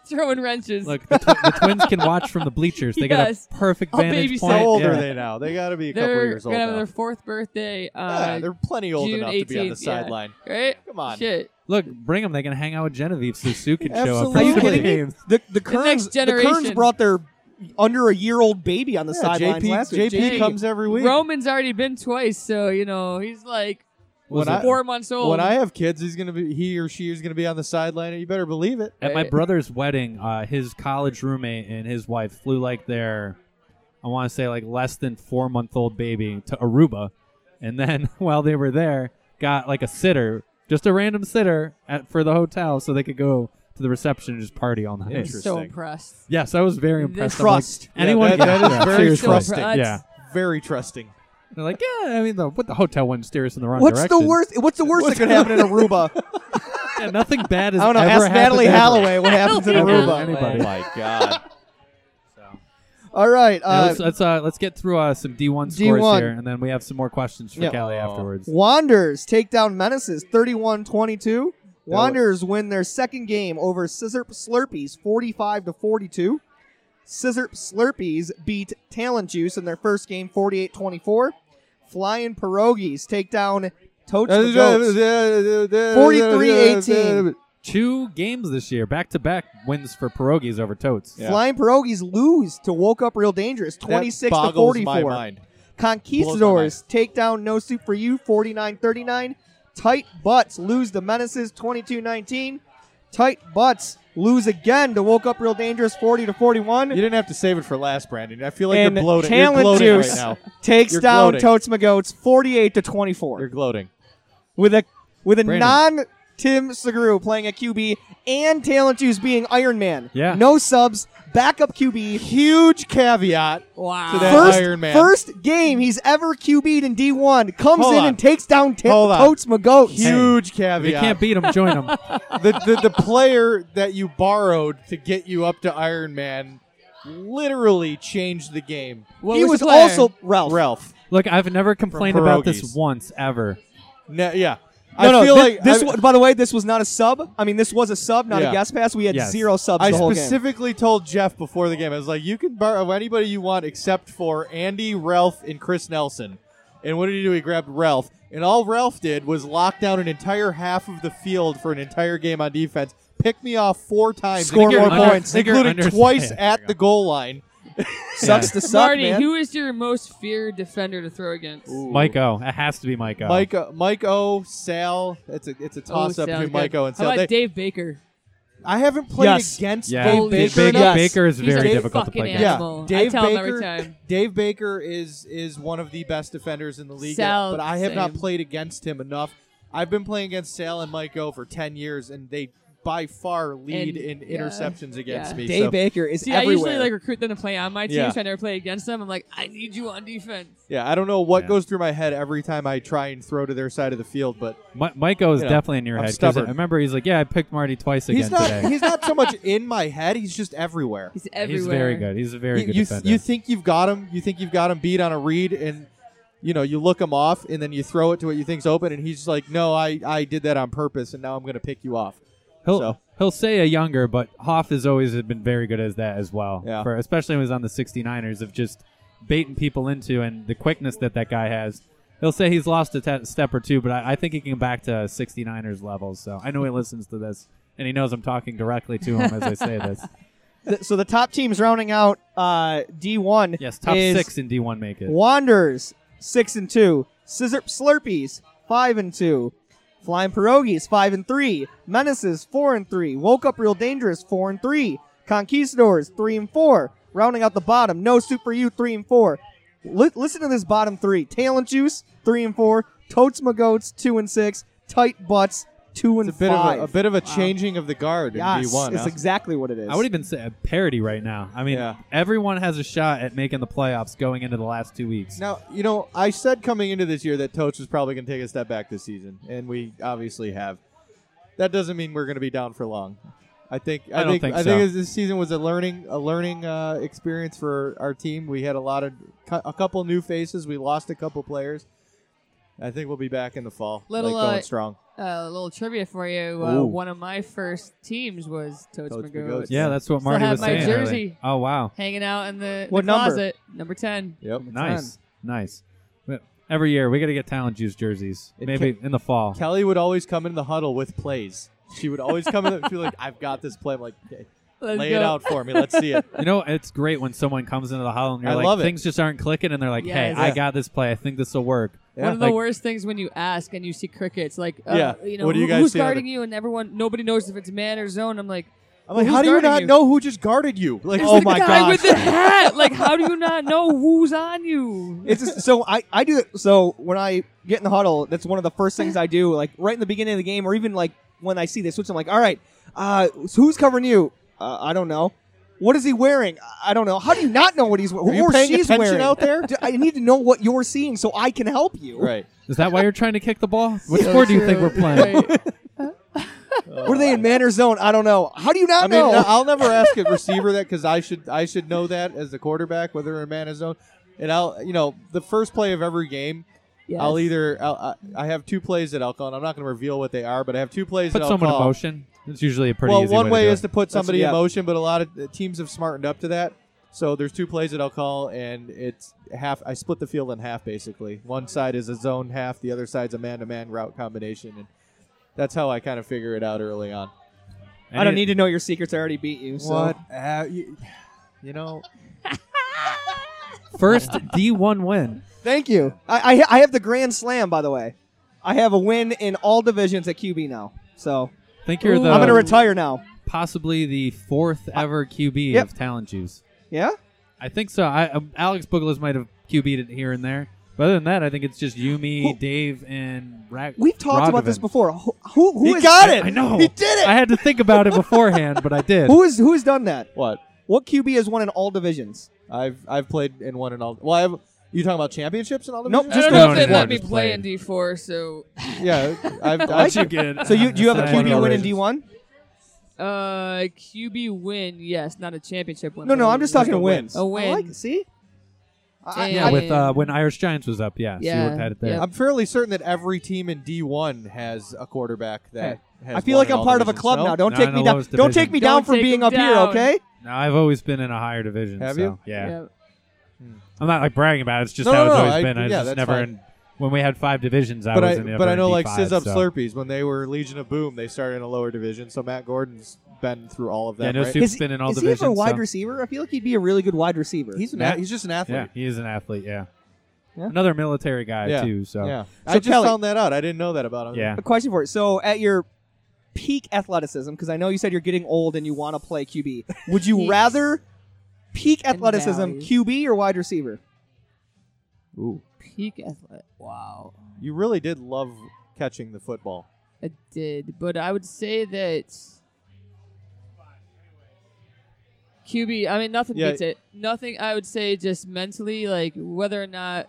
throwing wrenches. Look, the, twi- the twins can watch from the bleachers. They Yes. got a perfect I'll vantage babysit. point. How old Yeah. are they now? They got to be a couple they're years old. gonna have now. their fourth birthday. Yeah, Uh, they're plenty old June enough to be on the 18th, yeah. sideline. right? Come on. Shit. Look, bring them. They can hang out with Genevieve so Sue can show up. For Are Absolutely. you some kidding me? games. The the Kerns, next The Kerns generation. brought their under a year old baby on the Yeah, sidelines JP, last week. JP comes every week. Roman's already been twice, so you know he's like When I- four months old. When I have kids, he's gonna be he or she is gonna be on the sideline. You better believe it. At my Eh. Right. brother's wedding, uh, his college roommate and his wife flew like their, I want to say like less than four month old baby to Aruba, and then while they were there, got like a sitter just a random sitter at, for the hotel so they could go to the reception and just party all night. Yeah. I'm so Interesting. impressed. Yes, I was very The impressed. I'm like, Trust. Yeah, anyone that- can- that is yeah, very seriously. trusting. So, uh, yeah, Very trusting. they're like, yeah. I mean, the, what the hotel wouldn't steer us in the wrong What's direction. the worst? What's the worst that could happen in Aruba? Yeah, nothing bad is. I don't know. Ever Ask Natalie happened ever. Holloway what happens in Natalie Aruba. Holloway. Oh Anybody. my god. All right. Yeah, Uh, let's let's, uh, let's get through uh, some D1 scores D1. here, and then we have some more questions for Yeah. Callie Oh. afterwards. Wanderers take down Menaces 31 22. Wanderers win their second game over Scissorp Slurpees 45 to 42. Scissorp Slurpees beat Talent Juice in their first game 48 24. Flying Pierogies take down Toach the Goats. 43-18. Two games this year, back to back wins for pierogies over totes. Yeah. Flying Pierogies lose to Woke Up Real Dangerous 26 that to boggles 44. My mind. Conquistadors take down No Soup for You 49 39. Tight Butts lose the Menaces 22 19. Tight Butts lose again to Woke Up Real Dangerous 40 to You 41. didn't have to save it for last, Brandon. I feel like And you're bloating. You're Talent gloating Juice. right now. Takes You're down gloating. Totes Goats 48 to You're 24 gloating. with a with a Brandon. non Tim Segru playing a QB and Talent Juice being Iron Man. Yeah. No subs, backup QB. Huge caveat. Wow. to that First, Iron Man. first game he's ever QB'd in D1 comes Hold in on. and takes down t- Hold on. Totes Goats. Huge If you caveat. can't beat them, join them. the, the the player that you borrowed to get you up to Iron Man literally changed the game. What he was was the player? also Ralph. Ralph. Look, I've never complained about this pierogies. once ever. Ne- yeah. No, I no, feel thi- like this. I, wa- by the way, this was not a sub. I mean, this was a sub, not a Yeah. guest pass. We had Yes. zero subs I the whole game. specifically told Jeff before the game. I was like, "You can borrow anybody you want except for Andy, Ralph, and Chris Nelson." And what did he do? He grabbed Ralph, and all Ralph did was lock down an entire half of the field for an entire game on defense. Pick me off four times, Score including- more points. including Under- twice Yeah, there you at the goal line. Sucks to suck, Marty, man. who is your most feared defender to throw against? Mike O. It has to be Mike O. Mike, uh, Mike O, Sal. It's a it's a Oh, toss up sounds between good. Mike O and Sal. How about They- Dave Baker? I haven't played Yes. against Yeah, Holy Dave Dave Baker. Baker enough. Baker is very He's a difficult to fucking play Yeah, against. animal. I Dave tell him Baker. every time. Dave Baker is is one of the best defenders in the league, Sal, but I have not same. played against him enough. I've been playing against Sal and Mike O for ten years, and they by far lead And- in yeah. interceptions against Yeah. me. Dave so- Baker is See, I everywhere. usually like recruit them to play on my team, Yeah. so I never play against them. I'm like, I need you on defense. yeah, I don't know what Yeah. goes through my head every time I try and throw to their side of the field, but Mi- Mike O is You know, definitely in your I'm head. 'cause I stubborn. remember he's like, yeah, I picked Marty twice again he's not today. he's not so much in my head. He's just everywhere. He's Yeah, everywhere. He's very good. He's a very you, good you, th- defender. you think you've got him. You think you've got him beat on a read, and you know you look him off, and then you throw it to what you think's open, and he's just like, "No, I, I did that on purpose, and now I'm going to pick you off." he'll so. he'll say a younger, but Hoff has always been very good as that as well. Yeah. For, especially when he was on the 69ers of just baiting people into and the quickness that that guy has. He'll say he's lost a te- step or two, but I, I think he can get back to 69ers levels. So I know he listens to this, and he knows I'm talking directly to him as I say this. Th- so the top teams rounding out uh, D1. Yes, top is six in D1 make it. Wanderers six and two. Scissor Slurpees five and two. Flying Pierogies five and three. Menaces four and three. Woke Up Real Dangerous four and three. Conquistadors three and four. Rounding out the bottom, no Super U three and four. Li- listen to this bottom three: Talent Juice three and four. Totes Magoats two and six. Tight Butts two and It's a bit five. of a, a bit of a changing of the guard yes, in D1. it's huh? exactly what it is. I would even say a parody right now. I mean, Yeah. everyone has a shot at making the playoffs going into the last two weeks. now you know I said coming into this year that Toach was probably going to take a step back this season, and we obviously have. That doesn't mean we're going to be down for long. I think I, I don't think, think I so. think this season was a learning a learning uh, experience for our team. We had a lot of cu- a couple new faces. We lost a couple players. I think we'll be back in the fall, Little, like, going uh, strong. Uh, a little trivia for you. Uh, Ooh. one of my first teams was Totes Totes McGoats. McGoats. Yeah, that's what Still Marty have was my saying. earlier. jersey. Oh wow, Hanging out in the, What the number? closet. Number 10. Yep. nice, nice. But Every year we got to get talent juice jerseys, It maybe in the fall. Kelly would always come in the huddle with plays. She would always come in. The, she'd be like, "I've got this play." I'm like, "Okay, Let's "Lay go. it out for me. Let's see it." you know, it's great when someone comes into the hall and you're I like, love it. things just aren't clicking, and they're like, hey, Yes. I Yeah. got this play. I think this will work. One Yeah. of the Like- worst things when you ask and you see crickets, like, uh, Yeah. you know, What do you who- guys who's see on guarding you, and everyone, nobody knows if it's man or zone. I'm like, I'm like, Who's how do you guarding not you? know who just guarded you? Like, It's oh the my guy gosh. with the hat. Like, how do you not know who's on you? It's just, so I I do so when I get in the huddle, that's one of the first things I do. Like right in the beginning of the game, or even like when I see this switch, I'm like, all right, uh, so who's covering you? Uh, I don't know. What is he wearing? I don't know. How do you not know what he's wearing? Are you or paying she's attention wearing? out there? D- I need to know what you're seeing so I can help you. right. Is that why you're trying to kick the ball? What So score do you true. think we're playing? Right. Were they in man or zone? I don't know. How do you not I mean, know? I'll never ask a receiver that because I should I should know that as the quarterback whether they're in man or zone. And I'll you know the first play of every game, Yes. I'll either I'll, I I have two plays that I'll call, and I'm not going to reveal what they are, but I have two plays Put that I'll someone in call. motion. It's usually a pretty well, easy one way to do is it. to put somebody yeah. in motion, but a lot of the teams have smartened up to that. So there's two plays that I'll call, and it's half. I split the field in half basically. One side is a zone half, the other side's a man-to-man route combination, and that's how I kind of figure it out early on. I don't need to know your secrets. I already beat you. So. What? Uh, you, you know, first D1 win. Thank you. I, I ha- I have the grand slam by the way. I have a win in all divisions at QB now. So I think you're Ooh. the I'm gonna retire now. possibly the fourth ever QB Yep. of Talent Juice. Yeah. I think so. I, um, Alex Bugles might have QB'd it here and there. But other than that, I think it's just you, me, Who- Dave, and Rag. We've talked about this Raghhavan. before. Who, who, who He is- got it! I know. He did it! I had to think about it beforehand, but I did. Who is who has done that? what? What QB has won in all divisions? I've I've played in one and all. Well, I've, you talking about championships and all? Nope, divisions? I just don't know going if they in let one, me just play playing. in D4, so yeah. I've, like I've it. So you do you have a That's what QB I win in noticed. D one? uh, QB win, yes, not a championship win. No, no, but I'm just talking a a win. wins. A win. I like it. See, I- I- Damn. yeah, I- with uh, when Irish Giants was up, yeah. So Yeah, you looked at it there. yeah. I'm fairly certain that every team in D1 has a quarterback that. Has I feel won like in I'm all part of a divisions, club no? now. Don't Not take in me a down. lowest Don't division. take me Don't down from take being him up here, down. okay? No, I've always been in a higher division. Have so, you? Yeah. Yeah. I'm not like bragging about it. It's just No, how no, it's no, always I- been. I yeah, was that's just never fine. in. When we had five divisions, I But was I, in. but I know like Sizz Sizz Up Slurpees when they were Legion of Boom, they started in a lower division. So Matt Gordon's been through all of Yeah, that. no right? super- He's been in all is divisions, he ever a wide so- receiver? I feel like he'd be a really good wide receiver. He's an Yeah. ath- he's just an athlete. Yeah, he is an athlete. Yeah. Yeah. Another military guy Yeah. too. So Yeah. So I just Kelly- found that out. I didn't know that about him. yeah. a question for you. So at your peak athleticism, because I know you said you're getting old and you want to play QB, would you Peaks rather peak athleticism valleys. QB or wide receiver? Ooh. Peak athlete. Wow. You really did love catching the football. I did, but I would say that QB. I mean, nothing Yeah. beats it. Nothing. I would say just mentally, like whether or not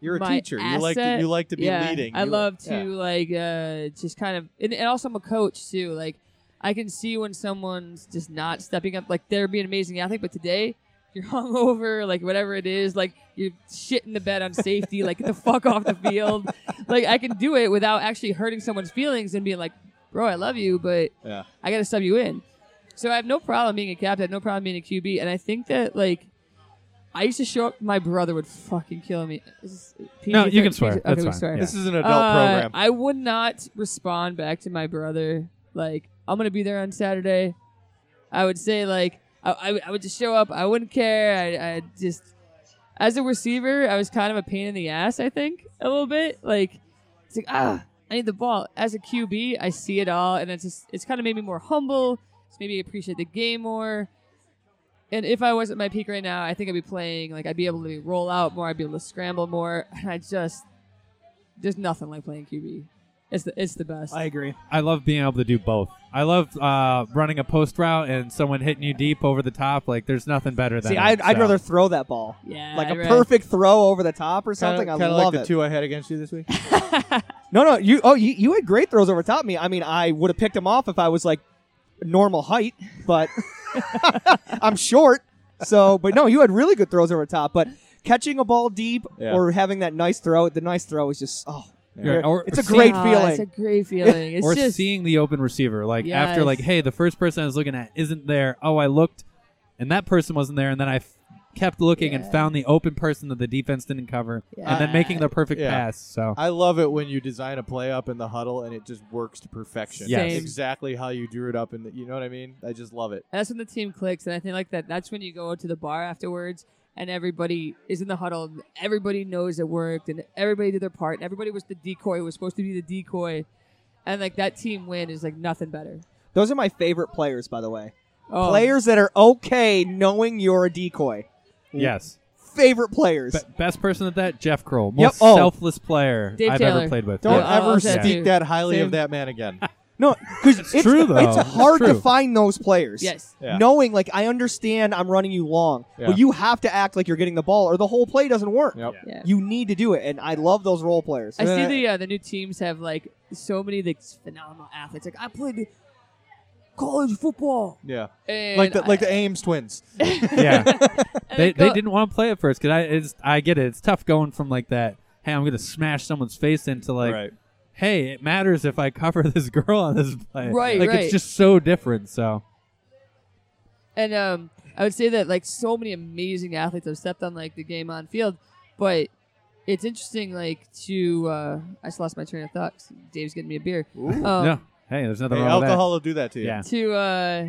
You're a My teacher. You like to, asset- you like to be yeah, leading. I You- love to yeah. like uh, just kind of, and, and also I'm a coach too. Like I can see when someone's just not stepping up. Like they're being an amazing athlete, but today you're hungover, like whatever it is, like you're shitting the bed on safety. like get the fuck off the field. Like I can do it without actually hurting someone's feelings and being like, bro, I love you, but Yeah. I got to sub you in. So I have no problem being a captain. I have no problem being a QB. And I think that like. I used to show up. My brother would fucking kill me. Is this No, you can PG-13? swear. Okay, That's we fine. swear. Yeah. This is an adult Uh, program. I would not respond back to my brother. Like, I'm gonna be there on Saturday. I would say like I, I, I would just show up. I wouldn't care. I, I just as a receiver, I was kind of a pain in the ass. I think a little bit. Like it's like ah, I need the ball. As a QB, I see it all, and it's just it's kind of made me more humble. It's made me appreciate the game more. And if I was at my peak right now, I think I'd be playing like I'd be able to roll out more. I'd be able to scramble more. And I just there's nothing like playing QB. It's the it's the best. agree. I love being able to do both. I love uh, running a post route and someone hitting you deep over the top. Like there's nothing better than See, it, I'd, I'd so. rather throw that ball. yeah, Like I'd a rather- perfect throw over the top or Kinda- something. I kinda love like the it. two I had against you this week. No, no, you. Oh, you, you had great throws over top me. I mean, I would have picked them off if I was like normal height, but I'm short. So, but no, you had really good throws over top. But catching a ball deep Yeah. or having that nice throw, the nice throw is just oh, Yeah, or- it's a or great Oh, feeling. It's a great feeling. It's or just seeing the open receiver. Like after Yes. like, hey, the first person I was looking at isn't there. Oh, I looked, and that person wasn't there, and then I f- kept looking and Yeah. found the open person that the defense didn't cover, and then Yeah. making the perfect Yeah. pass. So I love it when you design a play up in the huddle and it just works to perfection. Yes. Same. Exactly how you drew it up and you know what I mean? I just love it. that's when the team clicks, and I think like that. That's when you go to the bar afterwards, and everybody is in the huddle. And everybody knows it worked, and everybody did their part, and everybody was the decoy. Was supposed to be the decoy, and like that team win is like nothing better. Those are my favorite players, by the way. Oh, Players that are okay knowing you're a decoy. Yes. Favorite players. Be- best person at that, Jeff Kroll. Yep. Most Oh. selfless player Dave I've Taylor. ever played with. Don't Yeah, I'll- ever I'll say that speak too. that highly Same. of that man again. no, because it's, true, though. It's It's hard to true. find those players. Yes. Yeah. Knowing, like, I understand I'm running you long, Yeah. but you have to act like you're getting the ball, or the whole play doesn't work. Yep. Yeah. You need to do it, and I love those role players. I see the uh, the new teams have like so many like phenomenal athletes. Like I played college football. Yeah. And Like the I- like the Ames twins. yeah. and They, I go- they didn't want to play at first because I it's, I get it. It's tough going from like that. Hey, I'm gonna smash someone's face into like. right. Hey, it matters if I cover this girl on this play. Right, Like right. it's just so different. So And um, I would say that like so many amazing athletes have stepped on like the game on field, but it's interesting like to uh, I just lost my train of thought. 'cause Dave's getting me a beer. Um, no. Hey, there's nothing Hey, wrong with that. alcohol will do that to you. Yeah. To uh,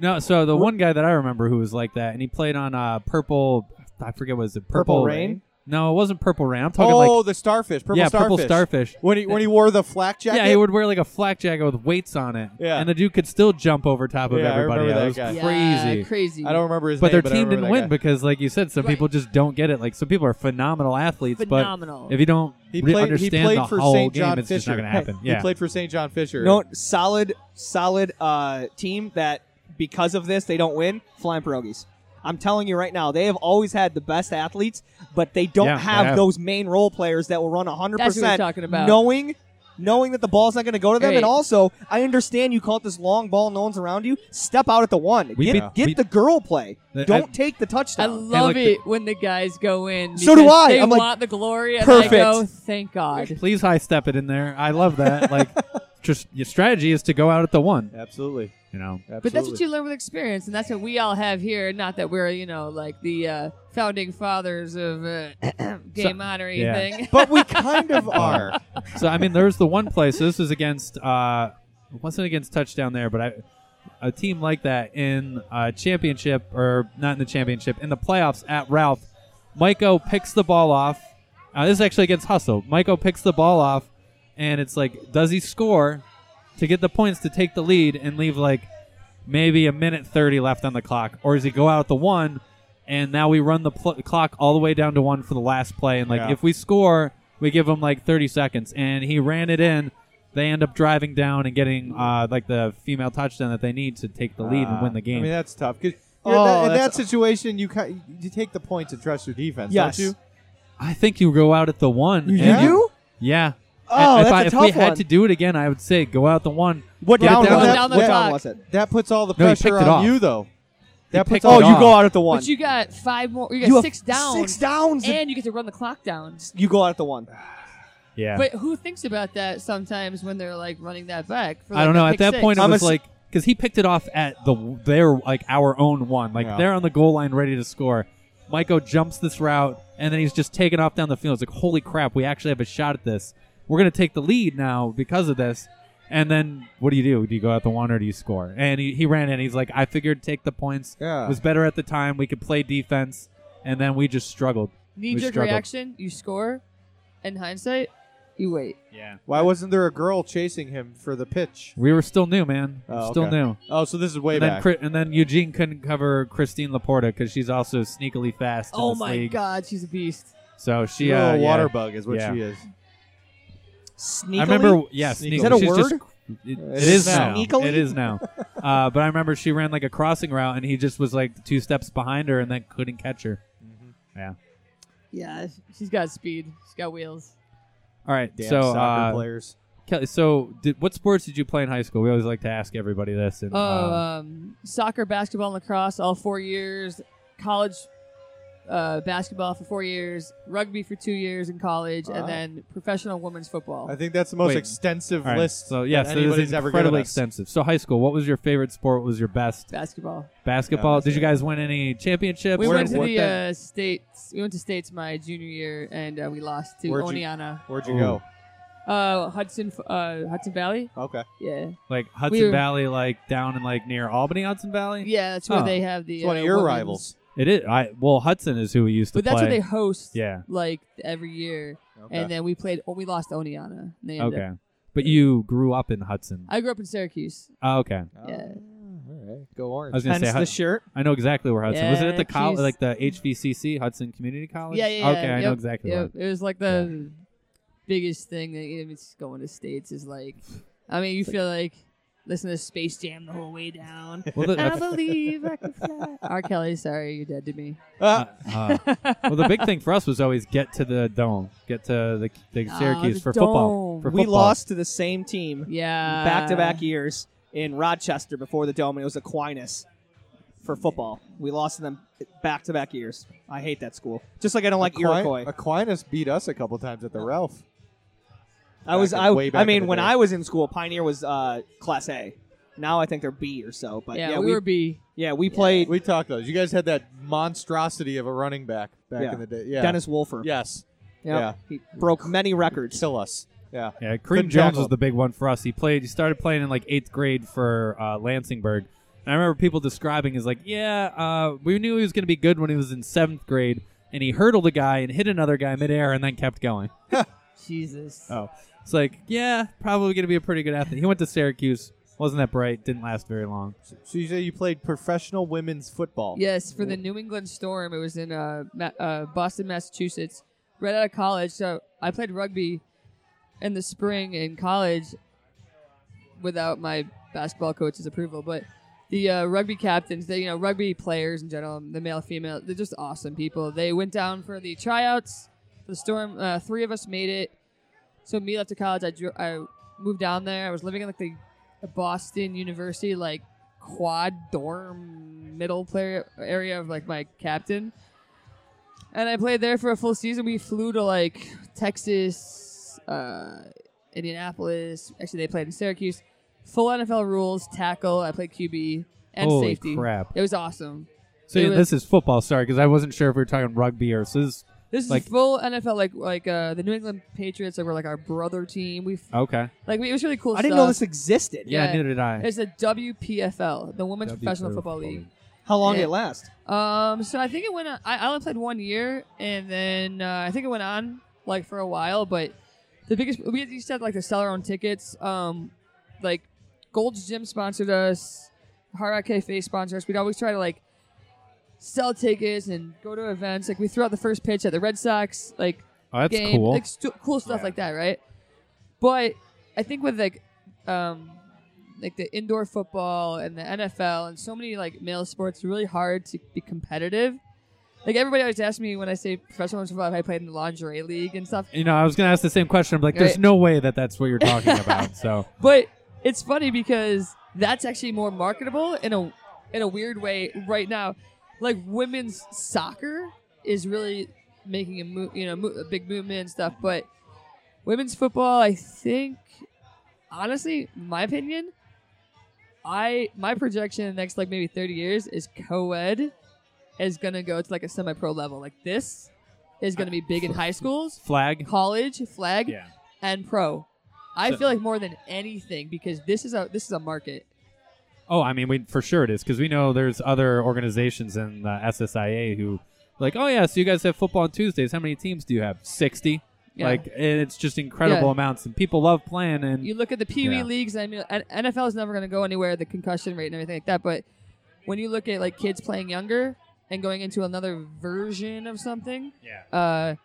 No, so the one guy that I remember who was like that, and he played on uh, purple. I forget was it Purple Rain? No, it wasn't purple rain. I'm talking Oh, like the starfish, purple yeah, starfish. purple starfish. When he when he wore the flak jacket. Yeah, he would wear like a flak jacket with weights on it. Yeah. and the dude could still jump over top of Yeah, I everybody. remember else. that guy. yeah, Crazy. crazy. I don't remember his but name. their team I remember didn't that win guy. because, like you said, some Right. people just don't get it. Like some people are phenomenal athletes, phenomenal. but if you don't He re- played- he understand played the for whole St. game, John it's just not Fisher. going to happen. He yeah, played for St. John Fisher. No, solid, solid uh, team that because of this they don't win. Flying pierogies. I'm telling you right now, they have always had the best athletes, but they don't Yeah, they have, have. those main role players that will run 100 That's what we're percent, talking about. knowing. Knowing that the ball's not going to go to them, Right. and also I understand you caught this long ball, no one's around you. Step out at the one, We get, beat- get we- the girl play. I- Don't take the I touchdown. love like the- it when the guys go in. So do because I. They I'm like, want the glory, and perfect. I go, thank God. please high step it in there. I love that. like, just your strategy is to go out at the one. Absolutely. You know, Absolutely. But that's what you learn with experience, and that's what we all have here. Not that we're, you know, like the uh, founding fathers of uh, game on or yeah. anything. But we kind of are. So I mean, there's the one place. So this was against. Uh, it wasn't against touchdown there, but I, a team like that in uh, championship or not in the championship in the playoffs at Ralph, Maiko picks the ball off. Uh, this is actually against Hustle. Maiko picks the ball off, and it's like, does he score to get the points to take the lead and leave like maybe a minute thirty left on the clock, or does he go out at the one? And now we run the pl- clock all the way down to one for the last play, and like Yeah. if we score, we give him like thirty seconds, and he ran it in. They end up driving down and getting uh, like the female touchdown that they need to take the lead and win the game. Uh, I mean, that's tough. 'cause Oh, you're in that- in that that's- situation, you ki- you take the points and trust your defense, Yes. don't you? I think you go out at the one. you and- do? Yeah. Oh, if that's I, a if tough we one. had to do it again, I would say go out the one. What Get down, down was the- that? down the what down clock. was it? That puts all the No, he pressure picked on it off. you, though. That puts picked all Oh, it you you off. go out at the one. But you got five more. You got You have six down. Six downs. And you get to run the clock down. you go out at the one. Yeah. But who thinks about that sometimes when they're like running that back? For, like, I don't know. the At pick that six? point, it I'm was ass- like because he picked it off at the their like our own one. Like Yeah. they're on the goal line, ready to score. Maiko jumps this route, and then he's just taken off down the field. It's like, holy crap, we actually have a shot at this. We're gonna take the lead now because of this. And then what do you do? Do you go out the one or do you score? And he, he ran in. He's like, I figured take the points. Yeah. Was better at the time. We could play defense, and then we just struggled. knee jerk struggled. reaction, you score. In hindsight, you wait. Yeah. Why wasn't there a girl chasing him for the pitch? We were still new, man. Oh, still okay. new. Oh, so this is way and then, back. Chri- and then Eugene couldn't cover Christine Laporta because she's also sneakily fast. in Oh this my league. God, she's a beast. So she, She's a uh, little water yeah. bug is what Yeah. she is. Sneakily? I remember, yeah, Sneakily. sneakily. Is that a She's word? just- it- it is now. Sneakily? It is now. Uh, but I remember she ran like a crossing route, and he just was like two steps behind her, and then couldn't catch her. Yeah. Yeah, she's got speed. She's got wheels. All right. Damn so, soccer uh, players. Kelly, so did, what sports did you play in high school? We always like to ask everybody this. And, Oh, uh, um, soccer, basketball, and lacrosse all four years. College uh, basketball for four years. Rugby for two years in college, Wow. and then professional women's football. I think that's the most Wait. extensive all right, list So yeah, that so this anybody's is ever incredibly given us. extensive. So high school, what was your favorite sport? What was your best basketball. basketball? Yeah, did you guys win any championships? We Where- went to what the the- uh, states. We went to states my junior year, and uh, we lost to Where'd you- Oneana, Where'd you Ooh. go? uh, Hudson, uh, Hudson Valley. Okay. Yeah, like Hudson uh, were- Valley, like down in like near Albany, Hudson Valley. yeah, that's where Oh. they have the. It's one uh, of your women's- rivals. It is. I well, Hudson is who we used to but that's play. what they host. Yeah. like every year, Okay. and then we played. Oh, we lost to Oneana. and they ended okay. up- But you grew up in Hudson. I grew up in Syracuse. Oh, okay. Oh, Yeah. all right. Go I orange. was gonna Hence say the Hud- shirt. I know exactly where Hudson was. It at Yeah, the college, geez. like the HVCC, Hudson Community College. Yeah, yeah, yeah. Okay, I know Yep, exactly. yep. where. It was like the biggest thing that you know, it's going to states is like, I mean, you feel like listen to Space Jam the whole way down. Well, the, I that's- believe I can fly. R. Kelly, sorry, you're dead to me. Ah, uh, well, the big thing for us was always get to the dome, get to the, the Ah, Syracuse the for football. dome. For we football. lost to the same team Yeah, back to Uh. back years in Rochester before the dome, and it was Aquinas for football. We lost to them back to back years. I hate that school. Just like I don't like Aquin- Iroquois. Aquinas beat us a couple times at the Ralph. I was back I, in- way back I in mean the when day. I was in school, Pioneer was uh, Class A. Now I think they're B or so. But Yeah, yeah, we, were B. yeah we played We talked those. You guys had that monstrosity of a running back back Yeah. in the day. Yeah. Dennis Wolfer. Yes. Yep. Yeah. he broke many records. Still us. Yeah. Yeah, Kareem Couldn't Jones tackle was him. the big one for us. He played. He started playing in like eighth grade for uh, Lansingburg. And I remember people describing as like, yeah, uh, we knew he was going to be good when he was in seventh grade, and he hurdled a guy and hit another guy midair, and then kept going. Jesus. Oh, it's like, yeah, probably going to be a pretty good athlete. He went to Syracuse. Wasn't that bright? Didn't last very long. So you say you played professional women's football. Yes, for the New England Storm. It was in uh, Ma- uh, Boston, Massachusetts, right out of college. So I played rugby in the spring in college without my basketball coach's approval. But the uh, rugby captains, they you know rugby players in general, the male, female, they're just awesome people. They went down for the tryouts. for The Storm, uh, three of us made it. So me after college, I dro- I moved down there. I was living in like the Boston University like quad dorm middle player area of like my captain. And I played there for a full season. We flew to like Texas, uh, Indianapolis. Actually, they played in Syracuse. Full NFL rules, tackle. I played QB and Holy safety. crap. It was awesome. So It yeah, was- this is football. Sorry, because I wasn't sure if we were talking rugby or so. This is, This is Like- full NFL, like like uh, the New England Patriots. Like were like our brother team. We f- okay. like we, it was really cool. I didn't stuff. know this existed. Yeah, Yeah. neither did I. It's the WPFL, the Women's W Professional Pro Football Football League. League. How long Yeah. did it last? Um, so I think it went. On, I, I only played one year, and then uh, I think it went on like for a while. But the biggest we used to have like to sell our own tickets. Um, like Gold's Gym sponsored us, Hard Rock Cafe sponsored us. We'd always try to like sell tickets and go to events. Like we threw out the first pitch at the Red Sox. Like Oh, that's game, cool. like stu- cool stuff Yeah. like that, right? But I think with like, um, like the indoor football and the NFL and so many like male sports, it's really hard to be competitive. Like everybody always asks me when I say professional women's football if I played in the lingerie league and stuff, you know, I was going to ask the same question. I'm like, there's Right. no way that that's what you're talking about. So. but it's funny because that's actually more marketable in a in a weird way right now. Like women's soccer is really making a mo- you know mo- a big movement and stuff, but women's football, I think, honestly, my opinion, I my projection in the next like maybe thirty years is co-ed is gonna go to like a semi-pro level. Like this is gonna be big in high schools, flag. college, flag, Yeah. and pro. I So- feel like more than anything because this is a this is a market. Oh, I mean, we for sure it is because we know there's other organizations in the SSIA who, like, oh yeah, so you guys have football on Tuesdays. How many teams do you have? Sixty. Yeah. Like, and it's just incredible Yeah. amounts, and people love playing. And you look at the Pee Wee Yeah. leagues. I mean, N- NFL is never going to go anywhere. The concussion rate and everything like that. But when you look at like kids playing younger and going into another version of something, yeah, uh,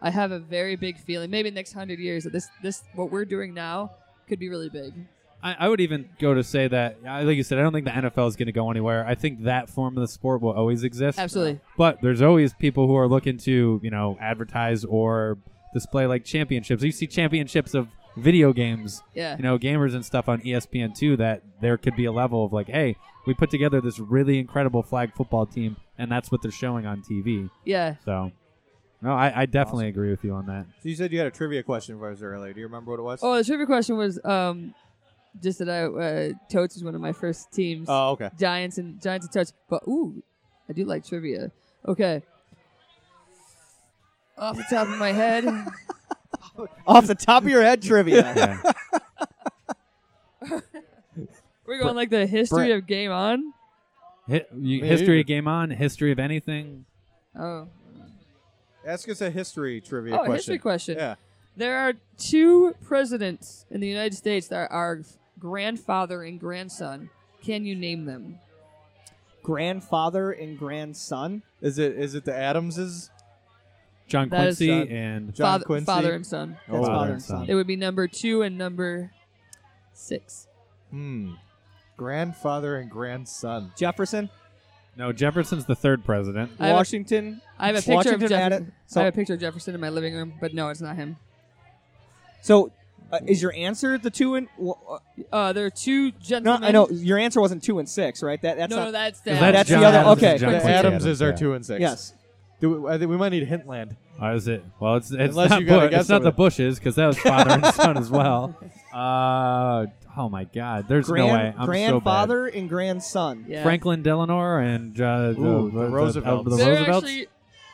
I have a very big feeling. Maybe next hundred years that this this what we're doing now could be really big. I, I would even go to say that, I- like you said, I don't think the NFL is going to go anywhere. I think that form of the sport will always exist. Absolutely. But there's always people who are looking to, you know, advertise or display like championships. You see championships of video games Yeah. you know, gamers and stuff on E ESPN too that there could be a level of like, hey, we put together this really incredible flag football team, and that's what they're showing on TV. Yeah. So, no, I, I definitely agree with you on that. So you said you had a trivia question for us earlier. Do you remember what it was? Oh, the trivia question was um, just that I uh, Totes is one of my first teams. Oh, okay. Giants and Giants and touch. But ooh, I do like trivia. Okay. Off the top of my head. Off the top of your head, trivia. Yeah. We're going like the history Brett. of game on. Hi- you- Yeah, history you- of game on, history of anything. Oh. Ask us a history trivia Oh, a question. Oh, history question. Yeah. There are two presidents in the United States that are grandfather and grandson. Can you name them? Grandfather and grandson. Is it is it the Adamses? John That is Quincy done. and John father, Quincy. father and son. That's Father father and and son. son. It would be number two and number six. Hmm. Grandfather and grandson. Jefferson, no Jefferson's the third president. I have a- Washington. I have a picture Washington of had Jefferson. it. So- I have a picture of Jefferson in my living room, but no, it's not him. So, uh, is your answer the two and? w- Uh, Uh, there are two no, gentlemen. I know your answer wasn't two and six, right? That that's no, not. no, that's Is that. that That's John the other- Adams okay. and John the Quincy Adams are yeah. two and six. yes. Do we, I think we might need Hintland. Oh, is it? Well, it's it's Unless not, you gotta Bu- guess it's not the something. Bushes because that was father and son as well. Uh, oh my God, there's Grand, no way. I'm so grandfather and grandson. bad. Yeah. Franklin Delano and uh, Ooh, the the, Roosevelts. The, The They're Roosevelts. actually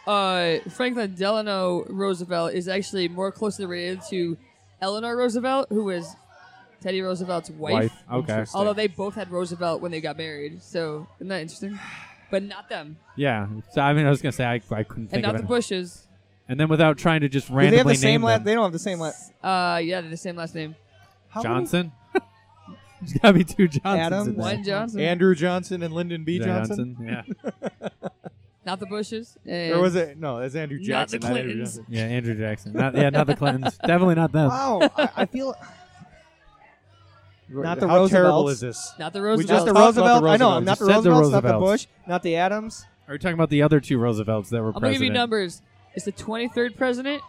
uh, Franklin Delano Roosevelt is actually more closely related to Eleanor Roosevelt, who was Teddy Roosevelt's wife. Wife. Okay. Interesting. Although they both had Roosevelt when they got married, so isn't that interesting? But not them, Yeah. So I mean, I was gonna say I, I couldn't and think not of the it. Bushes. And then without trying to just Do randomly they have the name same last. them. They don't have the same last. Uh, yeah, they're the same last name. How many- Johnson. There's gotta be two Johnsons. Adams. in there. One Johnson, Andrew Johnson and Lyndon B. Yeah, Johnson. Yeah. not the Bushes. Or was it? No, that's Andrew Not the Jackson. Andrew Clintons. Johnson. Yeah, Andrew Jackson. Not, yeah, not the Clintons. Definitely not them. Wow, I, I feel Not the How terrible Roosevelts. is this? Not the We just Roosevelt. the talked about Roosevelt. the I know, Roosevelts. not the You said the Roosevelts, not the Roosevelts. Bush, not the Adams. Are we talking about the other two Roosevelts that were I'm gonna give you president? numbers. It's the 23rd president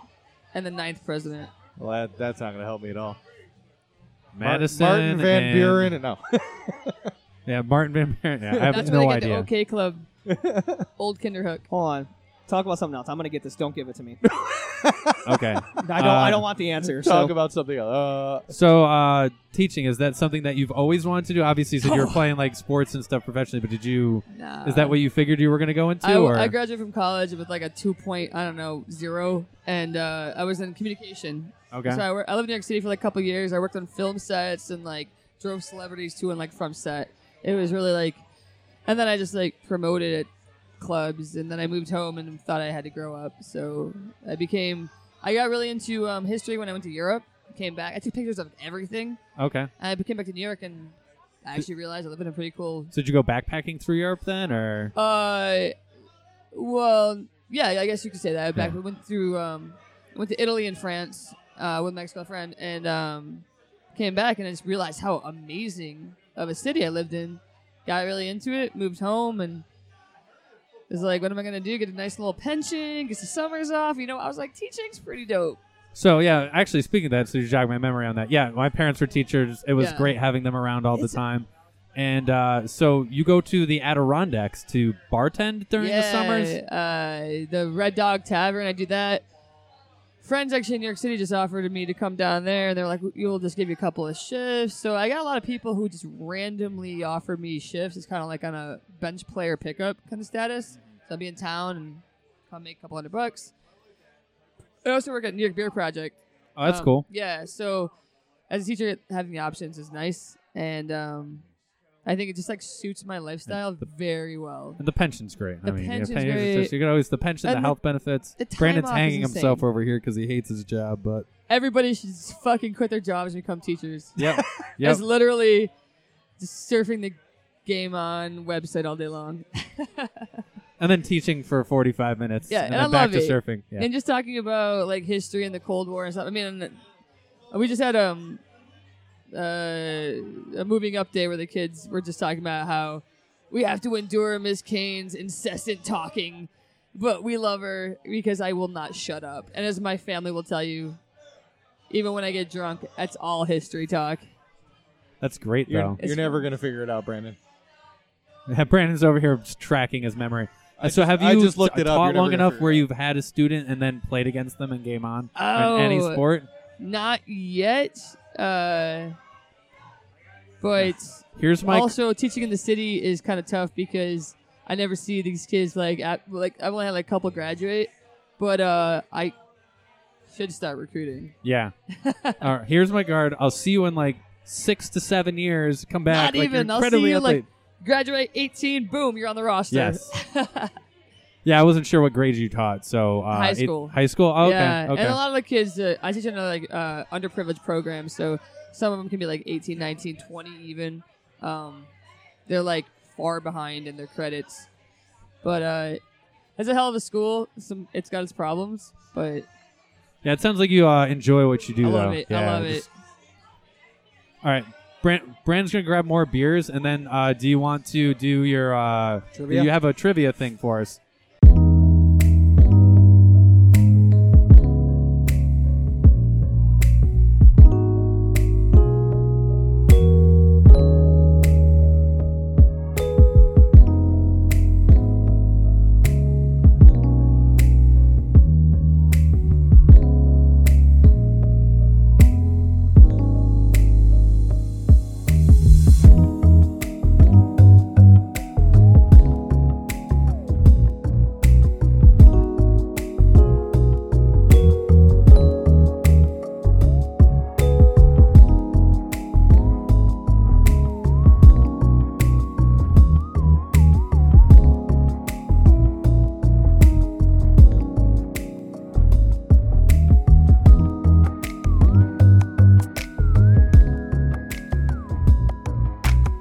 and the 9th president. Well, that, that's not going to help me at all. Mar- Madison, Martin Van and- Buren, and no. Yeah, Martin Van Buren. Yeah, I have That's no where they idea. get the OK Club, old Kinderhook. Hold on. Talk about something else. I'm gonna get this. Don't give it to me. Okay. I don't. I Uh, don't want the answer. Talk so. about something else. Uh, So, uh, teaching is that something that you've always wanted to do? Obviously, since you were Oh. playing like sports and stuff professionally, but did you? Nah. Is that what you figured you were going to go into? Uh, I, or I graduated from college with like a two point, I don't know, zero, and uh, I was in communication. okay. So I, wor- I lived in New York City for like a couple years. I worked on film sets and like drove celebrities to and like from set. It was really like, and then I just like promoted at clubs, and then I moved home and thought I had to grow up. So I became, I got really into um, history when I went to Europe. Came back, I took pictures of everything. okay. I came back to New York and I actually realized I live in a pretty cool So did you go backpacking through Europe then, or Uh, well, yeah, I guess you could say that. I back Yeah. we went through um, went to Italy and France uh, with my ex girlfriend, and um, came back and I just realized how amazing of a city I lived in. Got really into it, moved home, and was like, "What am I gonna do? Get a nice little pension, get some summers off." You know, I was like, "Teaching's pretty dope." So yeah, actually speaking of that, so you jogged my memory on that. Yeah, my parents were teachers. It was Yeah. great having them around all It's- the time. And uh, so you go to the Adirondacks to bartend during the summers. Uh, the Red Dog Tavern, I do that. Friends actually in New York City just offered me to come down there, and they're like, "We'll just give you a couple of shifts." So I got a lot of people who just randomly offered me shifts. It's kind of like on a bench player pickup kind of status. So I'll be in town and come make a couple hundred bucks. I also work at New York Beer Project. Oh, that's Um, cool. Yeah. So as a teacher, having the options is nice, and um, I think it just like suits my lifestyle very well. And the pension's great. I The mean, you know, pension's pensions- great. You got always the pension, And the the- health benefits. the time Brandon's off is hanging himself insane. over here because he hates his job, but Everybody should just fucking quit their jobs and become teachers. yep, It's yep. literally just surfing the game on website all day long. and then teaching for forty-five minutes. Yeah, and, and then I back love to it. surfing. Yeah. And just talking about like history and the Cold War and stuff. I mean, and, uh, we just had um uh, a moving up day where the kids were just talking about how we have to endure Miss Kane's incessant talking, but we love her because I will not shut up. And as my family will tell you, even when I get drunk, that's all history talk. that's great you're though. you're It's- never going to figure it out, Brandon. Brandon's over here just tracking his memory. I Uh, so just- have you I just looked t- it up. taught You're never long gonna enough figure where it out. you've had a student and then played against them in game on Oh, in any sport? Not yet. Uh, but Here's my also, teaching in the city is kind of tough because I never see these kids like at, like I've only had like a couple graduate, but uh, I should start recruiting. yeah. All right, here's my guard. I'll see you in like six to seven years. Come back. Not like, you're even. I'll see incredibly you, like- athlete- Graduate 18, boom, you're on the roster. Yes. Yeah, I wasn't sure what grades you taught. So uh, High eighth- school. high school. Oh, okay. yeah, Okay. and a lot of the kids uh, I teach in a, like uh, underprivileged programs, so some of them can be like 18, 19, 20 even. Um, they're like far behind in their credits, but uh, it's a hell of a school. Some it's got its problems, but yeah, it sounds like you uh, enjoy what you do. I love though. it. I Yeah, love just- it. All right. Brand, Brand's gonna grab more beers, and then uh, do you want to do your? Uh, Trivia? You have a trivia thing for us.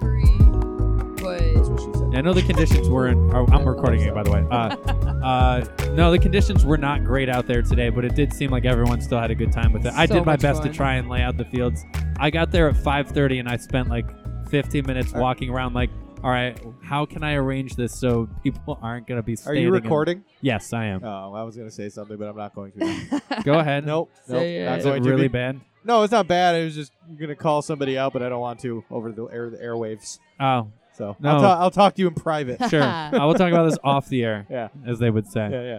Three, but That's what she said. I know the conditions weren't. Oh, I'm recording it, by the way. Uh, uh, no, the conditions were not great out there today, but it did seem like everyone still had a good time with it. I So did my much best fun. to try and lay out the fields. I got there at 5:30, and I spent like 15 minutes Are- walking around, like, all right, how can I arrange this so people aren't gonna be? Are standing you in-" recording? Yes, I am. Oh, I was gonna say something, but I'm not going to. Go ahead. nope, nope, Say not it. Is going it to. really be- bad? No, it's not bad. I was just gonna call somebody out, but I don't want to over the air the airwaves. Oh, So No. I'll, ta- I'll talk to you in private. sure. I will talk about this off the air, yeah, as they would say. yeah, yeah.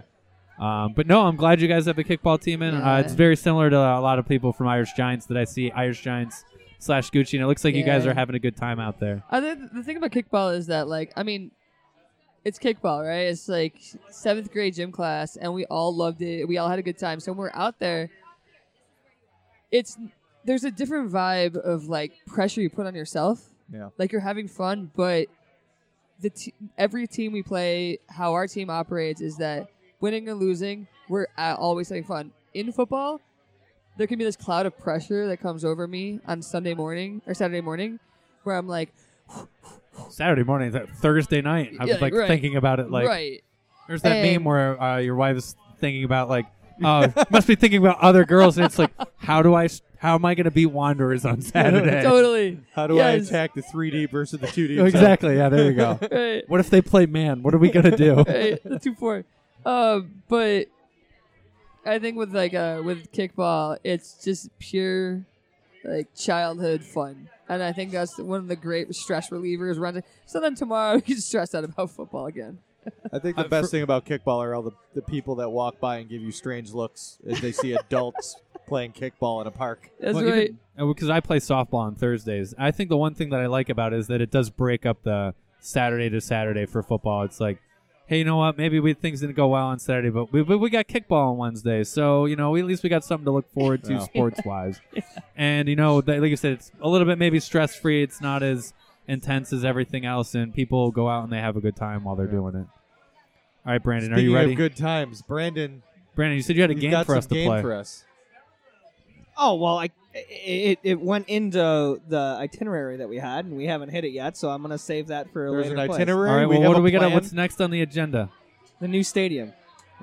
Um, but no, I'm glad you guys have a kickball team in. Yeah. Uh, it's very similar to a lot of people from Irish Giants that I see Irish Giants slash Gucci, and it looks like you guys Yeah. are having a good time out there. I think the thing about kickball is that, like, I mean, it's kickball, right? It's like seventh grade gym class, and we all loved it. We all had a good time. So when we're out there, it's there's a different vibe of like pressure you put on yourself. Yeah. like you're having fun, but the t- every team we play, how our team operates is that winning and losing, we're a- always having fun. In football, there can be this cloud of pressure that comes over me on Sunday morning or Saturday morning, where I'm like. Saturday morning, th- Thursday night, I was Yeah, like right. thinking about it. Like, right. there's that And- meme where uh, your wife's thinking about like, oh, must be thinking about other girls, and it's like, how do I, s- how am I going to beat Wanderers on Saturday? Totally. How do I Yes. attack the 3D versus the 2D? Oh, exactly. Yeah, there you go. Right. What if they play man? What are we going to do? right. The two four. Uh, but I think with like uh with kickball, it's just pure like childhood fun. And I think that's one of the great stress relievers. Around. So then tomorrow we can stress out about football again. I think the Uh, best for- thing about kickball are all the, the people that walk by and give you strange looks as they see adults playing kickball in a park. That's Well, right. even- uh, Because I play softball on Thursdays. I think the one thing that I like about it is that it does break up the Saturday to Saturday for football. It's like, hey, you know what? Maybe we things didn't go well on Saturday, but we, we, we got kickball on Wednesday, so you know we, at least we got something to look forward to Yeah. sports wise. And you know, they, like you said, it's a little bit maybe stress free. It's not as intense as everything else, and people go out and they have a good time while they're Yeah. doing it. All right, Brandon, Speaking are you ready? of good times, Brandon, Brandon, you said you had a he's game got for some us to game play. for us. Oh well, I it, it went into the itinerary that we had, and we haven't hit it yet. So I'm gonna save that for a There's later. an place. All itinerary. right, we well, have what a do we got? plan. What's next on the agenda? The new stadium.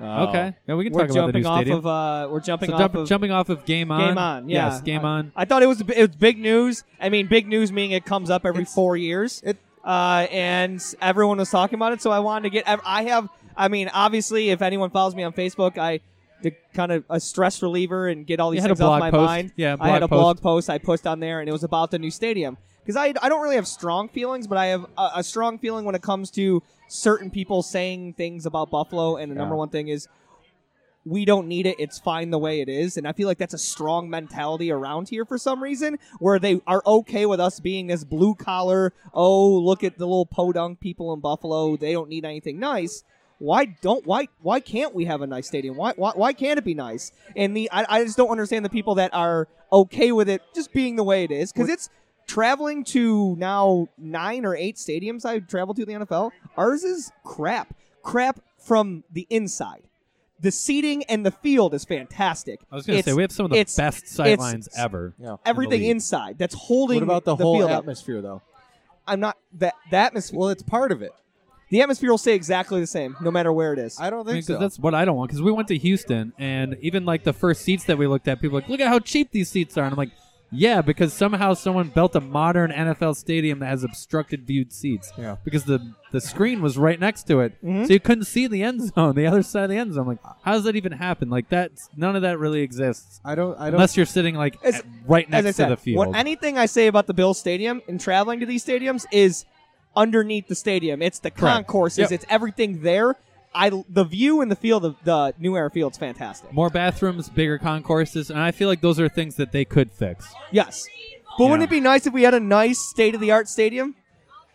Oh. Okay, yeah, we can we're talk about the jumping new off stadium. of. Uh, we're jumping so off jump- of. jumping off of game on. Game On, yeah. Yes, game on. I thought it was it was big news. I mean, big news meaning it comes up every It's- four years. it- uh, and everyone was talking about it, so I wanted to get. ev- I have. I mean, obviously, if anyone follows me on Facebook, I the kind of a stress reliever and get all You these had a things off blog my post. mind. Yeah, I had blog a blog post I pushed on there, and it was about the new stadium. Because I, I don't really have strong feelings, but I have a, a strong feeling when it comes to certain people saying things about Buffalo. And the number Yeah. one thing is, we don't need it. It's fine the way it is. And I feel like that's a strong mentality around here for some reason, where they are okay with us being this blue collar, oh, look at the little podunk people in Buffalo. They don't need anything nice. Why don't why why can't we have a nice stadium? Why why, why can't it be nice? And the I, I just don't understand the people that are okay with it just being the way it is because it's traveling to now nine or eight stadiums I've traveled to in the NFL. Ours is crap, crap, from the inside. The seating and the field is fantastic. I was going to say It's- we have some of the it's- best sight it's- lines ever. Yeah. everything league. inside that's holding What about the, whole field up. atmosphere, though? I'm not that the atmosphere. Well, it's part of it. The atmosphere will stay exactly the same no matter where it is. I don't I think mean, 'cause so. that's what I don't want. Because we went to Houston, and even like the first seats that we looked at, people were like, look at how cheap these seats are, and I'm like, yeah, because somehow someone built a modern NFL stadium that has obstructed viewed seats. Yeah. Mm-hmm. Because the the screen was right next to it, Mhm. so you couldn't see the end zone, the other side of the end zone. I'm like, how does that even happen? Like that's none of that really exists I don't. I don't. unless you're sitting like As- at- right As next I said, to the field. What, anything I say about the Bill Stadium and traveling to these stadiums is underneath the stadium. It's the Correct. concourses. Yep. It's everything there. I the view and the field of the New Era Field's fantastic. More bathrooms, bigger concourses, and I feel like those are things that they could fix. Yes, but Yeah. wouldn't it be nice if we had a nice state of the art stadium?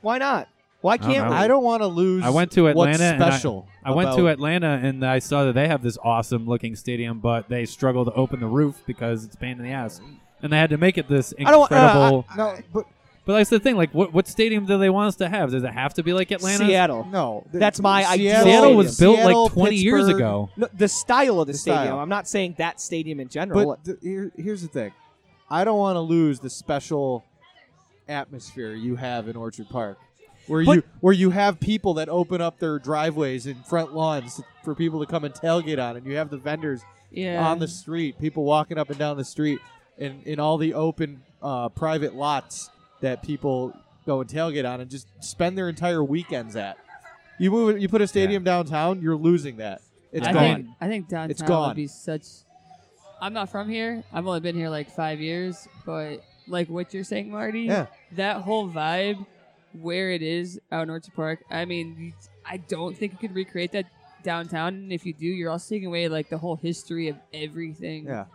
Why not? Why don't can't know. we? I don't want to lose. I went to what's Atlanta. special. And I, I went to about- Atlanta and I saw that they have this awesome looking stadium, but they struggle to open the roof because it's a pain in the ass, and they had to make it this I don't incredible. want- no, no, I- No, but but that's the thing. Like, what what stadium do they want us to have? Does it have to be like Atlanta? Seattle. no. th- That's my ideal Seattle, Seattle was built Seattle, like 20 years Pittsburgh, ago. No, the style of the, The stadium. style. I'm not saying that stadium in general. But th- here, here's the thing. I don't want to lose the special atmosphere you have in Orchard Park. Where But- you where you have people that open up their driveways and front lawns for people to come and tailgate on, and you have the vendors Yeah. on the street, people walking up and down the street, and in all the open uh, private lots that people go and tailgate on, and just spend their entire weekends at. You move, you put a stadium downtown, you're losing that. It's I gone. Think, I think downtown gone. would be such. I'm not from here. I've only been here like five years, but like what you're saying, Marty, Yeah. that whole vibe, where it is out in Orchard Park. I mean, you- I don't think you could recreate that downtown. And if you do, you're also taking away like the whole history of everything yeah,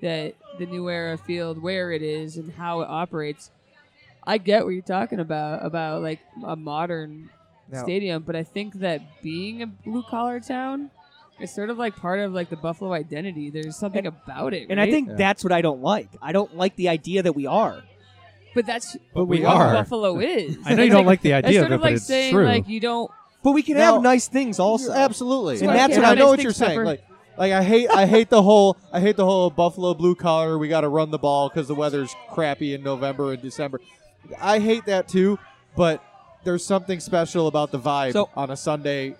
that the new era field, where it is, and how it operates. I get what you're talking about about like a modern Now- stadium, but I think that being a blue collar town is sort of like part of like the Buffalo identity. There's something about it, and I right? think Yeah. that's what I don't like. I don't like the idea that we are. but that's But we we what are. Buffalo is. I know you don't like the That's idea of sort it, of like but it's saying true. like you don't. But we can Now- have nice things also. absolutely. So and I that's can't what I have know nice what you're things saying. pepper. Like, like I hate I hate the whole I hate the whole Buffalo blue collar. We got to run the ball because the weather's crappy in November and December. I hate that too, but there's something special about the vibe So- on a Sunday.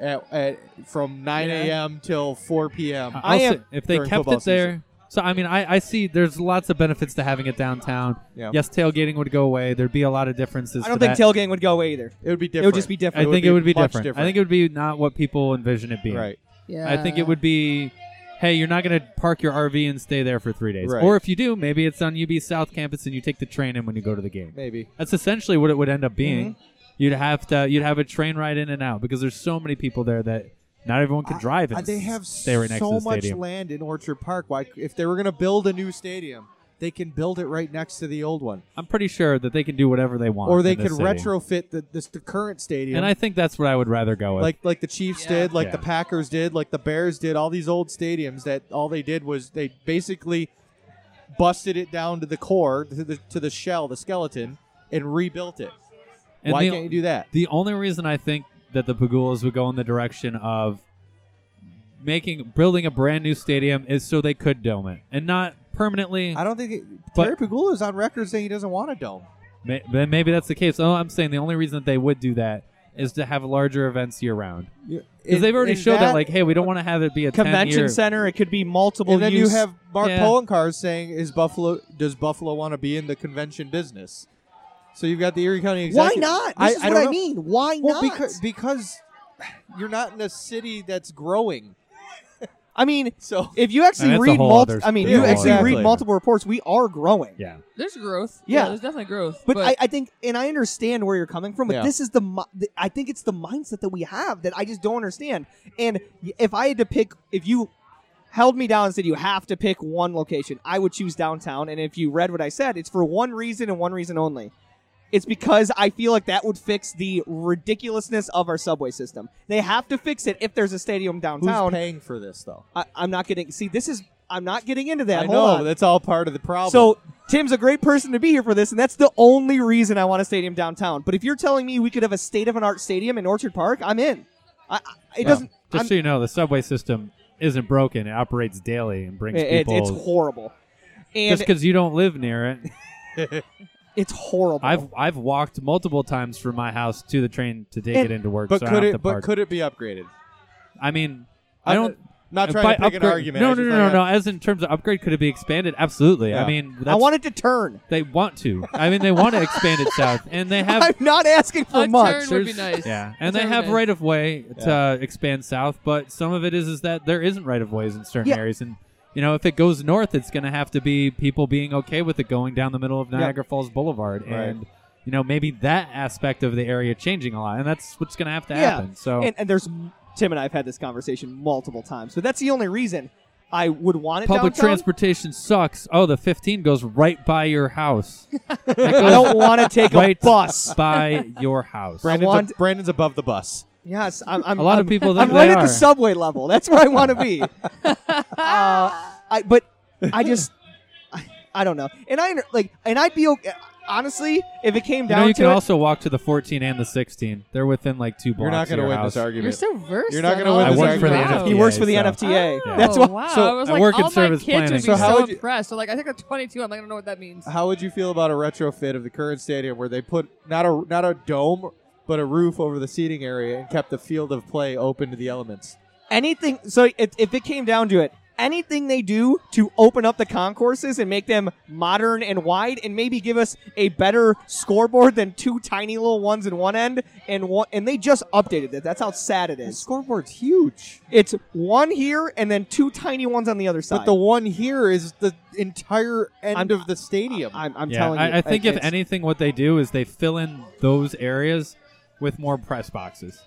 At, at, from 9 Yeah. a.m. till 4 p.m. I'll I am- say- if they during kept football it there. So I mean, I, I see. There's lots of benefits to having it downtown. Yeah. Yes, tailgating would go away. There'd be a lot of differences. I to don't think that. tailgating would go away either. It would be different. It would just be I different. would think be it would be much different. I different. think it would be not what people envision it being. right. Yeah, I think it would be, hey, you're not going to park your RV and stay there for three days. Right. Or if you do, maybe it's on UB South campus and you take the train in when you go to the game. Maybe. That's essentially what it would end up being. Mm-hmm. You'd have to you'd have a train ride in and out because there's so many people there that not everyone could drive. Uh, And they have stay right next so to the much stadium. land in Orchard Park. Why, if they were going to build a new stadium, they can build it right next to the old one, I'm pretty sure that they can do whatever they want. or they in this could city. retrofit the, this, the current stadium. And I think that's what I would rather go with. like like the Chiefs Yeah. did, like Yeah. the Packers did, like the Bears did. All these old stadiums that all they did was they basically busted it down to the core, to the, to the shell, the skeleton, and rebuilt it. And Why the- can't you do that? The only reason I think that the Pagulas would go in the direction of making building a brand new stadium is so they could dome it and not permanently. I don't think it, But- Terry Pagula is on record saying he doesn't want a dome. May, then maybe that's the case. Oh, I'm saying the only reason that they would do that is to have larger events year round because In- they've already in showed that, like, hey, we don't want to have it be a 10 Convention year- center. It could be multiple. and then use. you have Mark Yeah. Polenkar saying, "Is Buffalo? Does Buffalo want to be in the convention business?" So you've got the Erie County. Why Executive. not? This I, is I what don't I know. mean. Why Well, not? because because you're not in a city that's growing. I mean, So if you actually that's a read whole multiple, other- I mean, yeah, you whole actually other read thing. multiple reports. We are growing. Yeah, There's growth. Yeah. there's definitely growth. But, I, I think, and I understand where you're coming from, but Yeah. this is the, mi- the, I think it's the mindset that we have that I just don't understand. And y- if I had to pick, if you held me down and said you have to pick one location, I would choose downtown. And if you read what I said, it's for one reason and one reason only. It's because I feel like that would fix the ridiculousness of our subway system. They have to fix it if there's a stadium who's downtown. paying for this though? I, I'm not getting, see, this is, I'm not getting into that. I Hold know on. but that's all part of the problem. So Tim's a great person to be here for this, and that's the only reason I want a stadium downtown. But if you're telling me we could have a state of an art stadium in Orchard Park, I'm in. I, I- it Well, doesn't. Just I'm- so you know, the subway system isn't broken. It operates daily and brings it- people. it's horrible, and just because you don't live near it, it's horrible. I've I've walked multiple times from my house to the train to take And- it into work. But so I could don't have it? to But park. could it be upgraded? I mean, I I'm don't. Not trying by to pick an upgrade- argument. No, I no, just no, no, thought- no. As in terms of upgrade, could it be expanded? Absolutely. Yeah. I mean, that's, I want it to turn. They want to. I mean, they want to expand it south, and they have I'm not asking for A much. turn would be There's- nice. Yeah, A and they turn would have be nice. right of way to expand south, but some of it is is that there isn't right of ways in certain Yeah. areas, and you know if it goes north, it's going to have to be people being okay with it going down the middle of Niagara Falls Boulevard, Right. and you know maybe that aspect of the area changing a lot, and that's what's going to have to Yeah. happen. So And, and there's Tim and I have had this conversation multiple times, but that's the only reason I would want it public downtown. transportation sucks. Oh, the 15 goes right by your house. That goes I don't want to take right a bus. by your house. Brandon's, want- a- Brandon's above the bus. Yes, I'm. I'm A lot of I'm- people I'm think right they at the are. subway level. That's where I want to be. uh, I but I just I, I don't know, and I under- like, and I'd be okay. Honestly, if it came You down know, you to can it, also walk to the 14 and the 16. They're within like two blocks. You're not going going to to win house. this argument. You're so versed. You're not going gonna to win I this work for the argument. NFT. he works for the so- NFTA. Oh, That's why. Wow. so I was I like, work in all my service kids would be planning. So so, how would you- Uh, impressed. They're like, I think I'm 22. I'm like, I don't know what that means. How would you feel about a retrofit of the current stadium where they put not a not a dome but a roof over the seating area and kept the field of play open to the elements? anything. So if, if it came down to it, anything they do to open up the concourses and make them modern and wide, and maybe give us a better scoreboard than two tiny little ones in one end, and one, and they just updated it. That's how sad it The is. scoreboard's huge, It's one here and then two tiny ones on the other side. but the one here is the entire end I'm- of the stadium. I'm, I'm yeah, telling I, you. I think if it's- anything, what they do is they fill in those areas with more press boxes,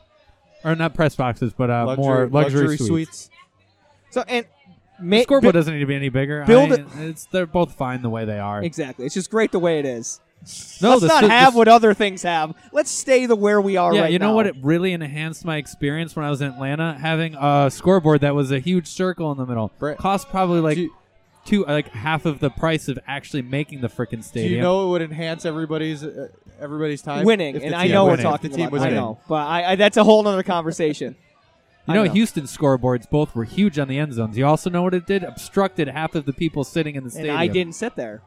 or not press boxes, but uh, luxury, more luxury, suites. so and ma- Scoreboard bu- doesn't need to be any bigger. build I, it's they're both fine the way they are. exactly. It's just great the way it is. No, Let's the not si- the have s- what other things have. Let's stay the where we are yeah, right you know now. what? It really enhanced my experience when I was in Atlanta, having a scoreboard that was a huge circle in the middle. Brett, Cost probably like do, you, two, like half of the price of actually making the freaking do stadium. you know it would enhance everybody's uh, everybody's time winning, If the and I team- know we're winning. if talking the team about. was I winning. know, but I, I, that's a whole other conversation. You I know, know. Houston scoreboards both were huge on the end zones. You also know what it did? Obstructed half of the people sitting in the and stadium. I didn't sit there.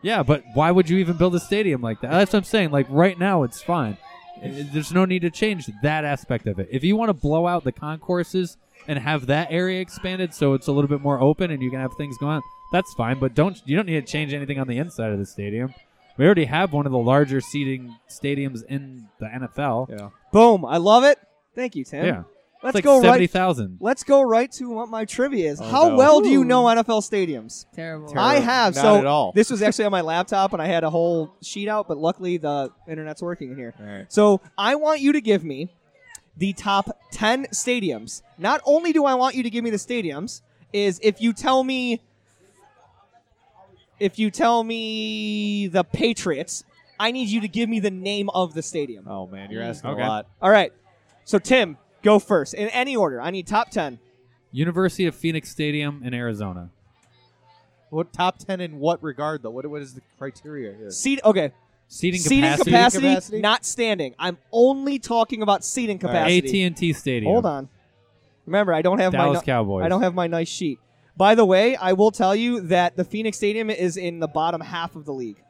Yeah, but why would you even build a stadium like that? That's what I'm saying. Like right now, it's fine. I- There's no need to change that aspect of it. If you want to blow out the concourses and have that area expanded so it's a little bit more open and you can have things going on, that's fine. But don't you don't need to change anything on the inside of the stadium. We already have one of the larger seating stadiums in the NFL. Yeah. Boom! I love it. Thank you, Tim. Yeah, Let's it's like go seventy right. thousand. Let's go right to what my trivia is. Oh, How no. well do you Ooh. know NFL stadiums? Terrible. Terrible. I have Not so at all. this was actually on my laptop, and I had a whole sheet out, but luckily the internet's working in here. All right. So I want you to give me the top 10 stadiums. Not only do I want you to give me the stadiums, is if you tell me if you tell me the Patriots, I need you to give me the name of the stadium. Oh man, you're asking Mm, Okay. a lot. All right. So Tim, go first in any order. I need top 10. University of Phoenix Stadium in Arizona. What top ten in what regard though? What what is the criteria here? Seat okay. Seating, seating capacity. capacity, Capacity? not standing. I'm only talking about seating All right. capacity. AT&T Stadium. Hold on. Remember, I don't have my Dallas no- Cowboys. I don't have my nice sheet. By the way, I will tell you that the Phoenix Stadium is in the bottom half of the league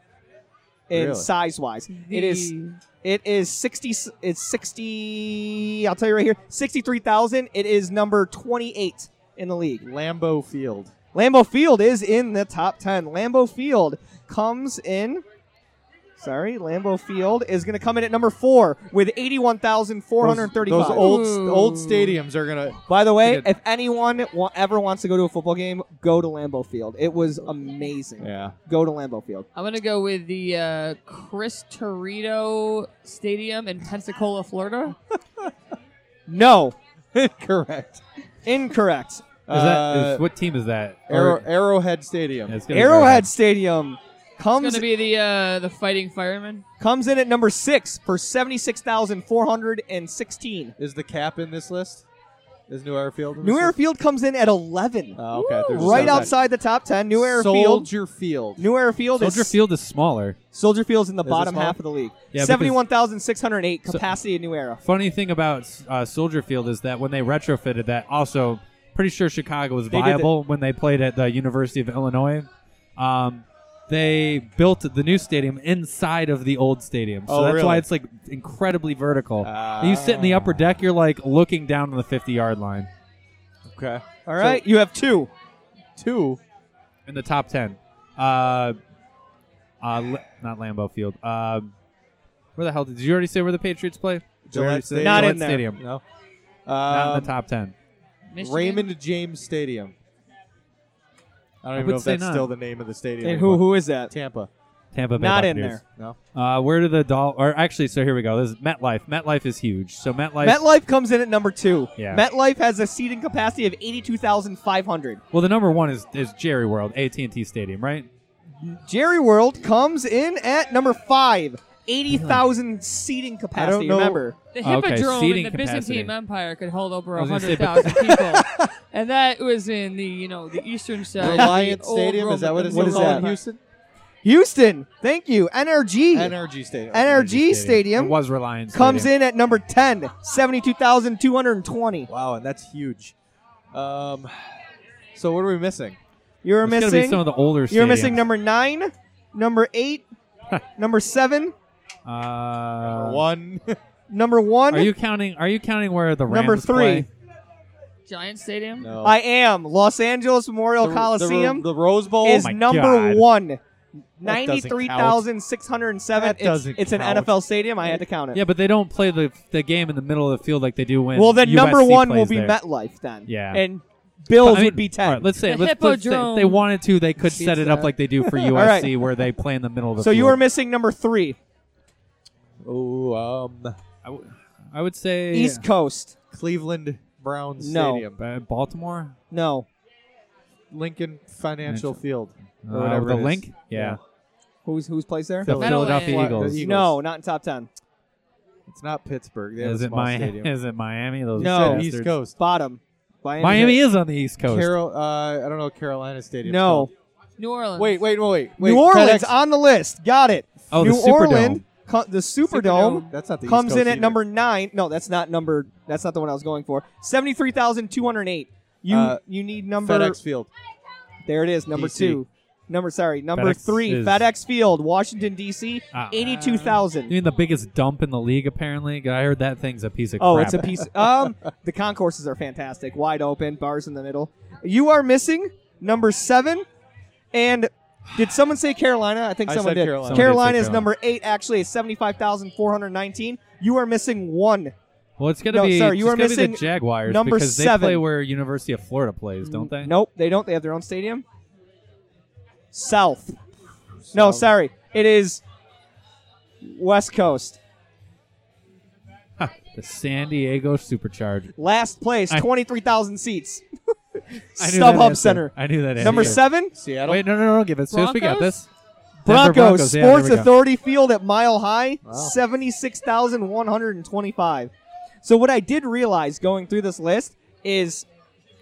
in Really? size wise. It is The- it is 60 it's 60 I'll tell you right here, 63,000. It is number 28 in the league. Lambeau Field. Lambeau Field is in the top 10. Lambeau Field comes in Sorry, Lambeau Field is going to come in at number 4 with Those, 81,435. those old Ooh. old stadiums are gonna. By the way, Good. if anyone wa- ever wants to go to a football game, go to Lambeau Field. It was amazing. Yeah. Go to Lambeau Field. I'm gonna go with the uh, Chris Torito Stadium in Pensacola, Florida. No, Correct. incorrect. Is that, Uh, is, what team is that? Arrow, Or- Arrowhead Stadium. Yeah, it's gonna be Arrowhead Stadium It's comes gonna be the uh, the Fighting Firemen. comes in at number six for seventy six thousand four hundred and sixteen. Is the cap in this list? Is New Airfield? in New the same- Airfield comes in at 11, Oh, okay. They're just right outside the top 10. New Airfield. Soldier Field. New Airfield Soldier is Field is smaller. Soldier Field's in the Is it bottom small? half of the league. Yeah, because- 71,608 So- capacity in New Era. Funny thing about uh, Soldier Field is that when they retrofitted that, also pretty sure Chicago was did the- viable when they played at the University of Illinois. Um, they built the new stadium inside of the old stadium, so Oh, that's really? why it's like incredibly vertical. Ah. you sit in the upper deck, you're like looking down on the 50 yard line Okay. All right, you have two. Two. in the top 10. Uh, uh, L- not Lambeau Field. Um, where the hell did, did you already say where the Patriots play? Gillette Stadium. Not in Gillette there. Stadium. No. not in Um, the top 10. Michigan? Raymond James Stadium. I don't I even would know if say that's not. still the name of the stadium. And who anymore. who is that? Tampa. Tampa Bay Not in Buccaneers. No. Uh, where do the doll? Or actually, so here we go. This is MetLife. MetLife is huge. So MetLife. MetLife comes in at number two. Yeah. MetLife has a seating capacity of 82,500. well, the number one is is Jerry World, AT and T Stadium, right? Jerry World comes in at number five. 80,000 seating I capacity. don't know. Remember, The Oh, okay, Hippodrome seating in the capacity. Byzantine Empire could hold over I was gonna say, 100,000 people. and that was in the, you know, the eastern side. of the Reliant old Stadium. Is Roman- that what it's What called is in that? Houston? Houston. Thank you. NRG. Energy Stadium. NRG It Stadium was Reliance. comes Stadium. in at number 10, 72,220. Wow, and that's huge. Um, so what are we missing? You're It's gonna be missing. some of the older. You're missing stadiums. number nine, number eight, number seven, Uh, One. number one. Are you counting? Are you counting where the Rams Number three. play? Giant Stadium? no. I am. Los Angeles Memorial The- the- Coliseum The, Rose Bowl. is oh my number God. one. That doesn't count. 93,607. That It's- doesn't It's, count. an NFL stadium. I had to count it. Yeah, but they don't play the the game in the middle of the field like they do when. well, then USC number one will plays be there. MetLife then. Yeah. And Bills I mean, would be 10. all right, let's say The let's, let's say if Hippodrome they wanted to, they could set beats it up that. like they do for USC, right. where they play in the middle of the so field. you are missing number three, oh, um, I w- I would say East Coast. Cleveland Browns No. Stadium. Uh, Baltimore. No. Lincoln Financial Financial. Field. Or Uh, whatever the it is. link. Yeah. Who's who's plays there? The Meadowlands. Philadelphia What? Eagles. The Eagles. No, not in top 10. It's not Pittsburgh. They have Is a it small Miami? stadium. Is it Miami? Those No. Oh, bastards. East Coast. Bottom. Miami, Miami is on the East Coast. Carol, uh, I don't know what Carolina Stadium. No. New Orleans. Wait, wait, wait, wait. wait New Orleans FedEx- on the list. Got it. Oh, New the Superdome. Orleans, co- the Superdome, Superdome. That's not the East comes in Coast at either. number nine. No, that's not number. That's not the one I was going for. Seventy-three thousand two hundred eight. You Uh, you need number. FedEx Field. There it is. Number DC. two. Number sorry. Number FedEx three. is- FedEx Field, Washington D.C. Ah. Eighty-two You Uh, thousand. mean the biggest dump in the league? Apparently, I heard that thing's a piece of Oh, crap. it's a piece. Um, the concourses are fantastic. Wide open, bars in the middle. You are missing number seven, and. Did someone say Carolina? I think I someone said did. Carolina. Someone did say Carolina is Carolina. number eight, actually, at 75,419. You are missing one. Well, it's gonna No, be. sorry, you it's are gonna be missing the Jaguars number because seven. they play where University of Florida plays, don't they? Nope, they don't. They have their own stadium. South. No, South. sorry. It is West Coast. Ha, the San Diego Supercharged. Last place, I- 23,000 seats. I knew that StubHub answer. Center. I knew that. Number answer. seven, Seattle. Wait, no, no, no, give it. to us. we got this. Broncos? Broncos, Denver Broncos. Yeah, there Sports we go. Authority Field at Mile High, Wow. 76,125. So, what I did realize going through this list is,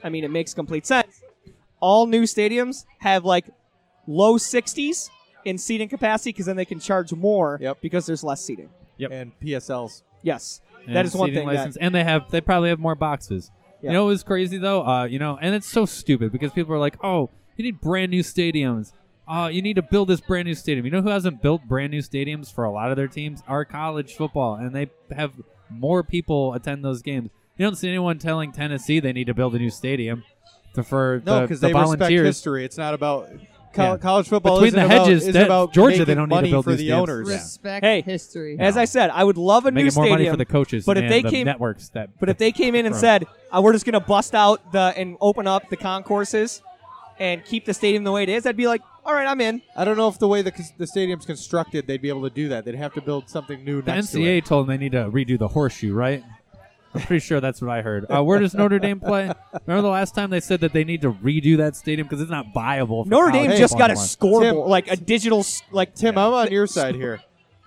I mean, it makes complete sense. All new stadiums have like low 60s in seating capacity because then they can charge more Yep. because there's less seating. And PSLs. Yes, that And is one seating thing. that- license. and they have they probably have more boxes. Yeah. You know, it was crazy though. Uh, you know, and it's so stupid because people are like, "Oh, you need brand new stadiums. Uh, you need to build this brand new stadium." You know who hasn't built brand new stadiums for a lot of their teams? Our college football, and they have more people attend those games. You don't see anyone telling Tennessee they need to build a new stadium. To, for No, the, because the they respect volunteers, history. It's not about col- Yeah. college football. Between isn't the about- hedges, isn't that- about Georgia, they making don't need to money build for these the stadiums. owners. Yeah. Respect Hey. history. As I said, I would love a new making more stadium. money for the coaches. but if and they the came- networks that, But if they came in and Right. said, uh, "We're just going to bust out the and open up the concourses and keep the stadium the way it is," I'd be like, "All right, I'm in." I don't know if the way the, the stadium's constructed, they'd be able to do that. They'd have to build something new the next to NCAA it. told them they need to redo the horseshoe, right? I'm pretty sure that's what I heard. Uh, where does Notre Dame play? Remember the last time they said that they need to redo that stadium because it's not viable. For Notre college Dame hey, just football got a anymore. scoreboard, Tim. like a digital, s- like Tim, I'm on your side here.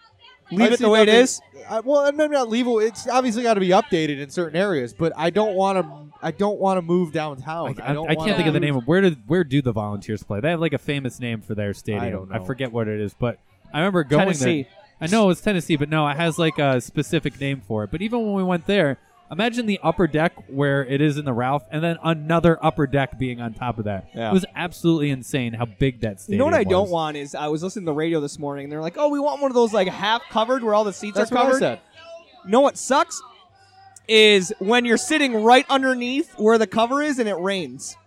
leave I it see the way it nothing- is. I, well, I'm not leave it. It's obviously got to be updated in certain areas, but I don't want to. I don't want to move downtown. I, I, don't. I wanna can't think of the move- name of where did where do the Volunteers play? They have like a famous name for their stadium. don't know. forget what it is, but I remember going Tennessee. there. I know it was Tennessee, but no, it has like a specific name for it. But even when we went there, imagine the upper deck where it is in the Ralph, and then another upper deck being on top of that. Yeah. It was absolutely insane how big that stadium. You know what I was. don't want is I was listening to the radio this morning and they're like, "Oh, we want one of those like half covered where all the seats That's are what I covered." said. You know what sucks is when you're sitting right underneath where the cover is and it rains.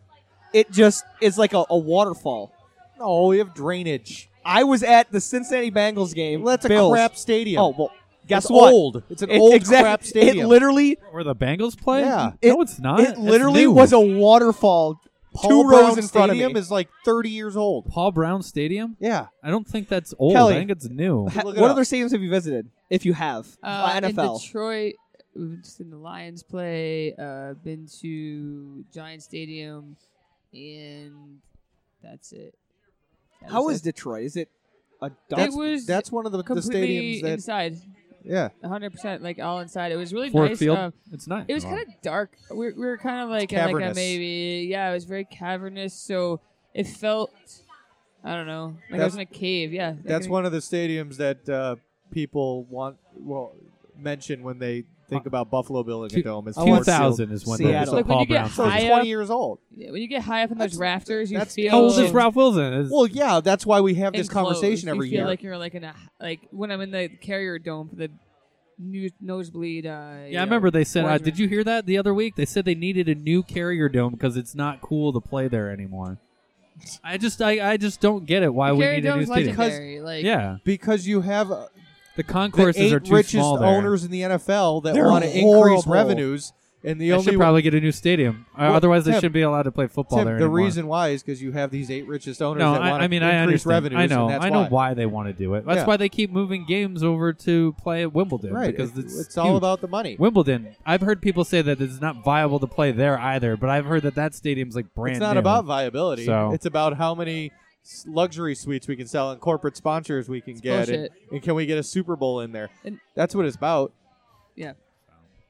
It just is like a, a waterfall. No, we have drainage. I was at the Cincinnati Bengals game. Well, that's a Bills. crap stadium. Oh well, guess it's what? Old. It's an It- old exact- crap stadium. It literally, Where the Bengals play? Yeah. no, It- it's not. it It's literally new. was a waterfall Paul two rows Brown in front of Stadium me. is like 30 years old. Paul Brown Stadium. Yeah. I don't think that's old. Kelly. I think it's new. Ha- Look it what up. other stadiums have you visited? If you have Uh, in NFL, Detroit, we've seen the Lions play. Uh, been to Giant Stadium, and that's it. That how was is it. Detroit? Is it a It dust? was That's one of the, the completely stadiums that. inside, Yeah. 100 percent like all inside. It was really Ford nice. Field. Um, it's not. it was kind of dark. We, we were kind of It's like at like a cavernous. maybe yeah. It was very cavernous, so it felt I don't know like I was in a cave. Yeah, like That's in a- one of the stadiums that uh, people want. Well, mention when they think about Buffalo building Uh, Two- a dome. Is Two thousand is when Seattle. the- the Like, when Paul you get Brown high Stadium. I, uh, 20 years old. Yeah, When you get high up in those That's- rafters, you that's- feel How old is Oh. Ralph Wilson? Is- Well, yeah, that's why we have this enclosed. conversation You every feel year. like you're like in a like when I'm in the carrier dome for the new nosebleed. Uh, yeah, I remember they said. Uh, Orange did you hear that the other week? They said they needed a new carrier dome because it's not cool to play there anymore. I just, I, I just don't get it. Why we carrier need a new dome's stadium? legendary. Like Yeah, because you have uh, the the concourses eight are too richest small there. owners in the NFL that They're want to increase horrible. revenues, and the they only should probably get a new stadium. Uh, Well, otherwise, they Tim, shouldn't be allowed to play football Tim, there the anymore. reason why is because you have these eight richest owners no, that want I, to I mean I increase understand. revenues. I know, and that's I know why. why. they want to do it. That's Yeah. why they keep moving games over to play at Wimbledon Right, because it- it's, it's, all huge. about the money. Wimbledon. I've heard people say that it's not viable to play there either, but I've heard that that stadium's like brand It's not new. about viability. So- It's about how many s- luxury suites we can sell and corporate sponsors we can get, and, bullshit. and can we get a Super Bowl in there? And- That's what it's about. Yeah.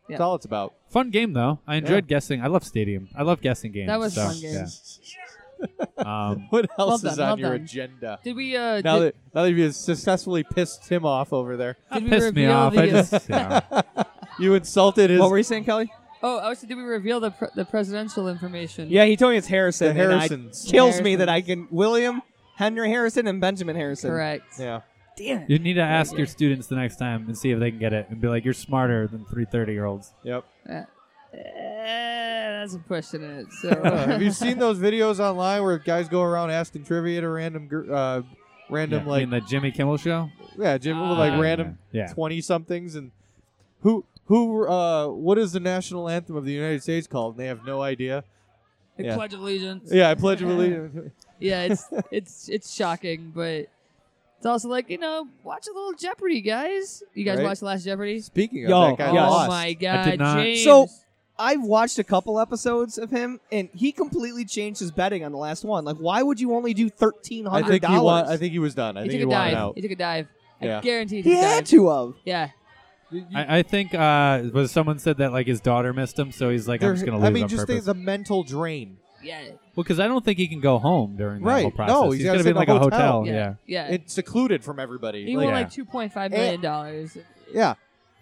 That's Yeah. all it's about. Fun game though. I enjoyed guessing. I love stadium. I love guessing games. That was so, a fun game. yeah. Um, What else done, is well on your done. agenda? Did we? Uh, Now did- that now that you've successfully pissed him off over there, that we pissed me reveal off. I the, uh, just yeah. you insulted his what were you saying, Kelly? oh, I was. Did we reveal the pre- the presidential information? Yeah, he told me it's Harrison. The and I- Harrisons. kills me that I can William Henry Harrison and Benjamin Harrison. Correct. yeah. Damn it. you need to ask your students the next time and see if they can get it and be like, "You're smarter than three thirty year olds." Yep. Eh, that's a question in it. So Uh, have you seen those videos online where guys go around asking trivia to random, gr- uh, random Yeah, like in the Jimmy Kimmel show. yeah, Jim, like Ah, random yeah. Yeah. twenty somethings and who who uh what is the national anthem of the United States called? And they have no idea. the Yeah. Pledge of Allegiance. Yeah, I pledge of allegiance. Yeah, it's it's it's shocking, but it's also like you know, watch a little Jeopardy, guys. You guys Right. watch the last Jeopardy? Speaking of Yo, that guy, yes. oh lost. my god, not. James. So- I've watched a couple episodes of him, and he completely changed his betting on the last one. Like, why would you only do thirteen Oh I hundred think he wa- I dollars? think he was done. I he think took he a wanted dive. out. He took a dive. Yeah. I guarantee he took he a had dive. to have. Yeah. I, I think uh, was someone said that like his daughter missed him, so he's like, "I'm just There- gonna lose I mean, on just purpose." think the mental drain. Yeah. Well, because I don't think he can go home during the Right. whole No, process. he's gonna gotta be in sit like in a a hotel. hotel. Oh, Yeah. Yeah. Yeah. It's secluded from everybody. he Like, won yeah. like two point five million dollars. yeah,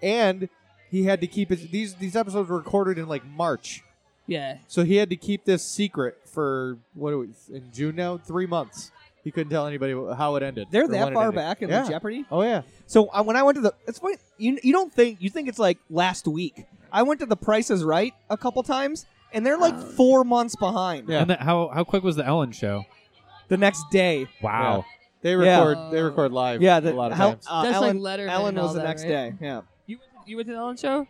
and he had to keep his these these episodes were recorded in like March, Yeah. so he had to keep this secret for what are we in June now? Three months. He couldn't tell anybody wh- how it ended. They're or when that it far ended. back in yeah. the Jeopardy. Oh yeah, So uh, when I went to the, it's funny. You you don't think you think it's like last week. I went to the Price is Right a couple times, and they're Oh. like four months behind. Yeah. And that, how how quick was the Ellen show? The next day. Wow. they Yeah. record they record live. Yeah. The, a lot of how, times. Oh. uh, That's Ellen, like Letterman. Ellen and all was the that, next right? day. Yeah. You went- you went to the Ellen show?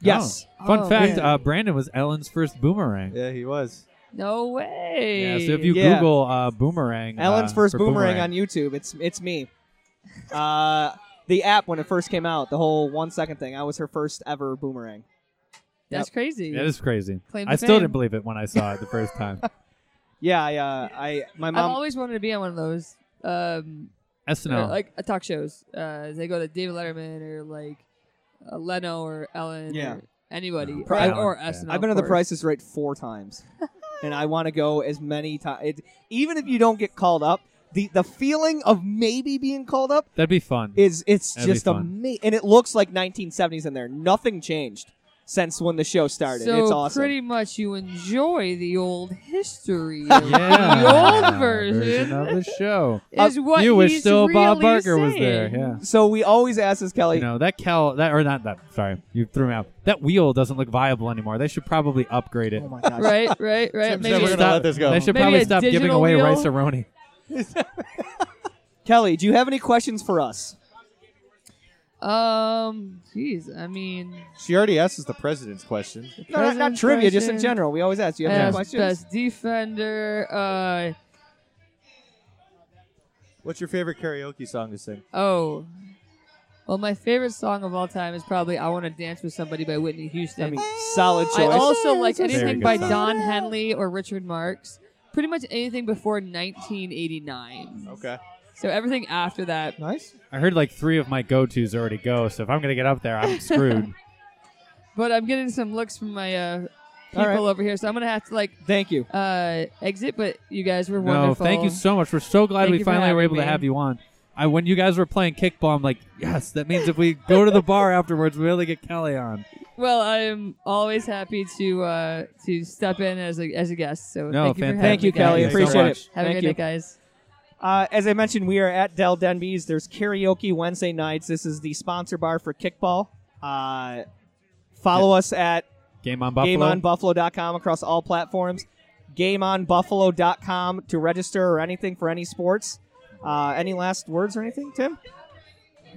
Yes. Oh. Fun Oh, fact: man. uh, Brandon was Ellen's first boomerang. yeah, he was. No way. Yeah, so if you Yeah. Google uh, boomerang, Ellen's uh, first for boomerang, on YouTube. It's it's me. Uh, the app when it first came out, the whole one second thing. I was her first ever boomerang. that's crazy. that is crazy. Claim I to still fame. didn't believe it when I saw it the first time. Yeah, I uh, I my I've mom. always wanted to be on one of those. Um, SNL. uh, like uh, talk shows. Uh, they go to David Letterman or like uh, Leno or Ellen. Yeah. or- anybody No. or, Pri- or Yeah. SNL. I've been on of the course. Price is Right four times, and I want to go as many times. Even if you don't get called up, the the feeling of maybe being called up That'd be fun. is it's That'd be just fun. amazing, and it looks like 1970s in there. Nothing changed since when the show started. So it's awesome. pretty much you enjoy the old history. yeah, The old version. of the show. Uh, is what you wish he's still Bob really Barker was there. saying. Yeah. so we always ask this, Kelly. You know that Cal that or not that. Sorry, you threw me out. That wheel doesn't look viable anymore. They should probably upgrade it. oh my gosh. Right, right, right. Tim's never Maybe gonna let this go. They should Maybe probably a stop giving digital away wheel? rice aroni. Kelly, do you have any questions for us? um jeez, I mean She already asks the president's question. No, not, not President's trivia, just in question. general. We always ask. Do you have any as questions? best defender, uh What's your favorite karaoke song to sing? oh. Well, my favorite song of all time is probably I Want to Dance with Somebody by Whitney Houston. I mean, solid I choice. also like Very anything good by song. Don Henley or Richard Marx. Pretty much anything before 1989. Okay. So everything after that. nice. I heard like three of my go tos already go. So if I'm gonna get up there, I'm screwed. But I'm getting some looks from my uh, people All right. over here, so I'm gonna have to like Thank you. uh, exit. But you guys were no, wonderful. thank you so much. We're so glad Thank we you for finally were having able to me. have you on. I when you guys were playing kickball, I'm like, yes, that means if we go to the bar afterwards, we really get Kelly on. Well, I'm always happy to uh, to step in as a as a guest. So No, thank you for fantastic. having Thank you, me, guys. Kelly. Thank you so Appreciate much. it. Have a Thank good you. night, guys. Uh, as I mentioned, we are at Dell Denby's. There's karaoke Wednesday nights. This is the sponsor bar for kickball. Uh, follow us at Game on Buffalo. GameOnBuffalo.com across all platforms. GameOnBuffalo.com to register or anything for any sports. Uh, any last words or anything, Tim?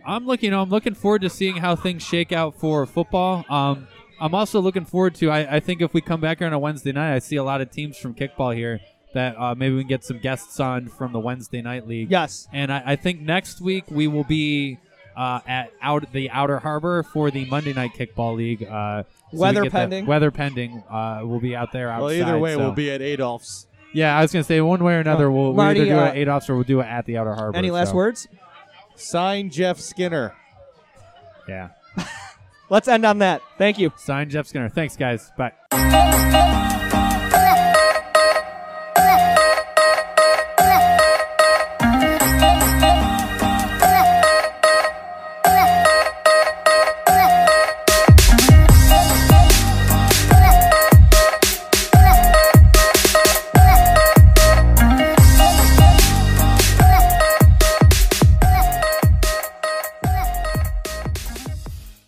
I'm looking. I'm looking forward to seeing how things shake out for football. Um, I'm also looking forward to. I, I think if we come back here on a Wednesday night, I see a lot of teams from kickball here that uh, maybe we can get some guests on from the Wednesday night league. Yes. And I, I think next week we will be uh, at out the Outer Harbor for the Monday night kickball league. Uh, so we Weather get the- pending. weather pending. Uh, we'll be out there. Outside, well, either way, so- we'll be at Adolph's. Yeah, I was gonna say one way or another, we'll, we'll Marty, either do uh, it at Adolphs or we'll do it at the Outer Harbor. Any last so, words? Sign Jeff Skinner. Yeah. Let's end on that. Thank you. Sign Jeff Skinner. Thanks, guys. Bye.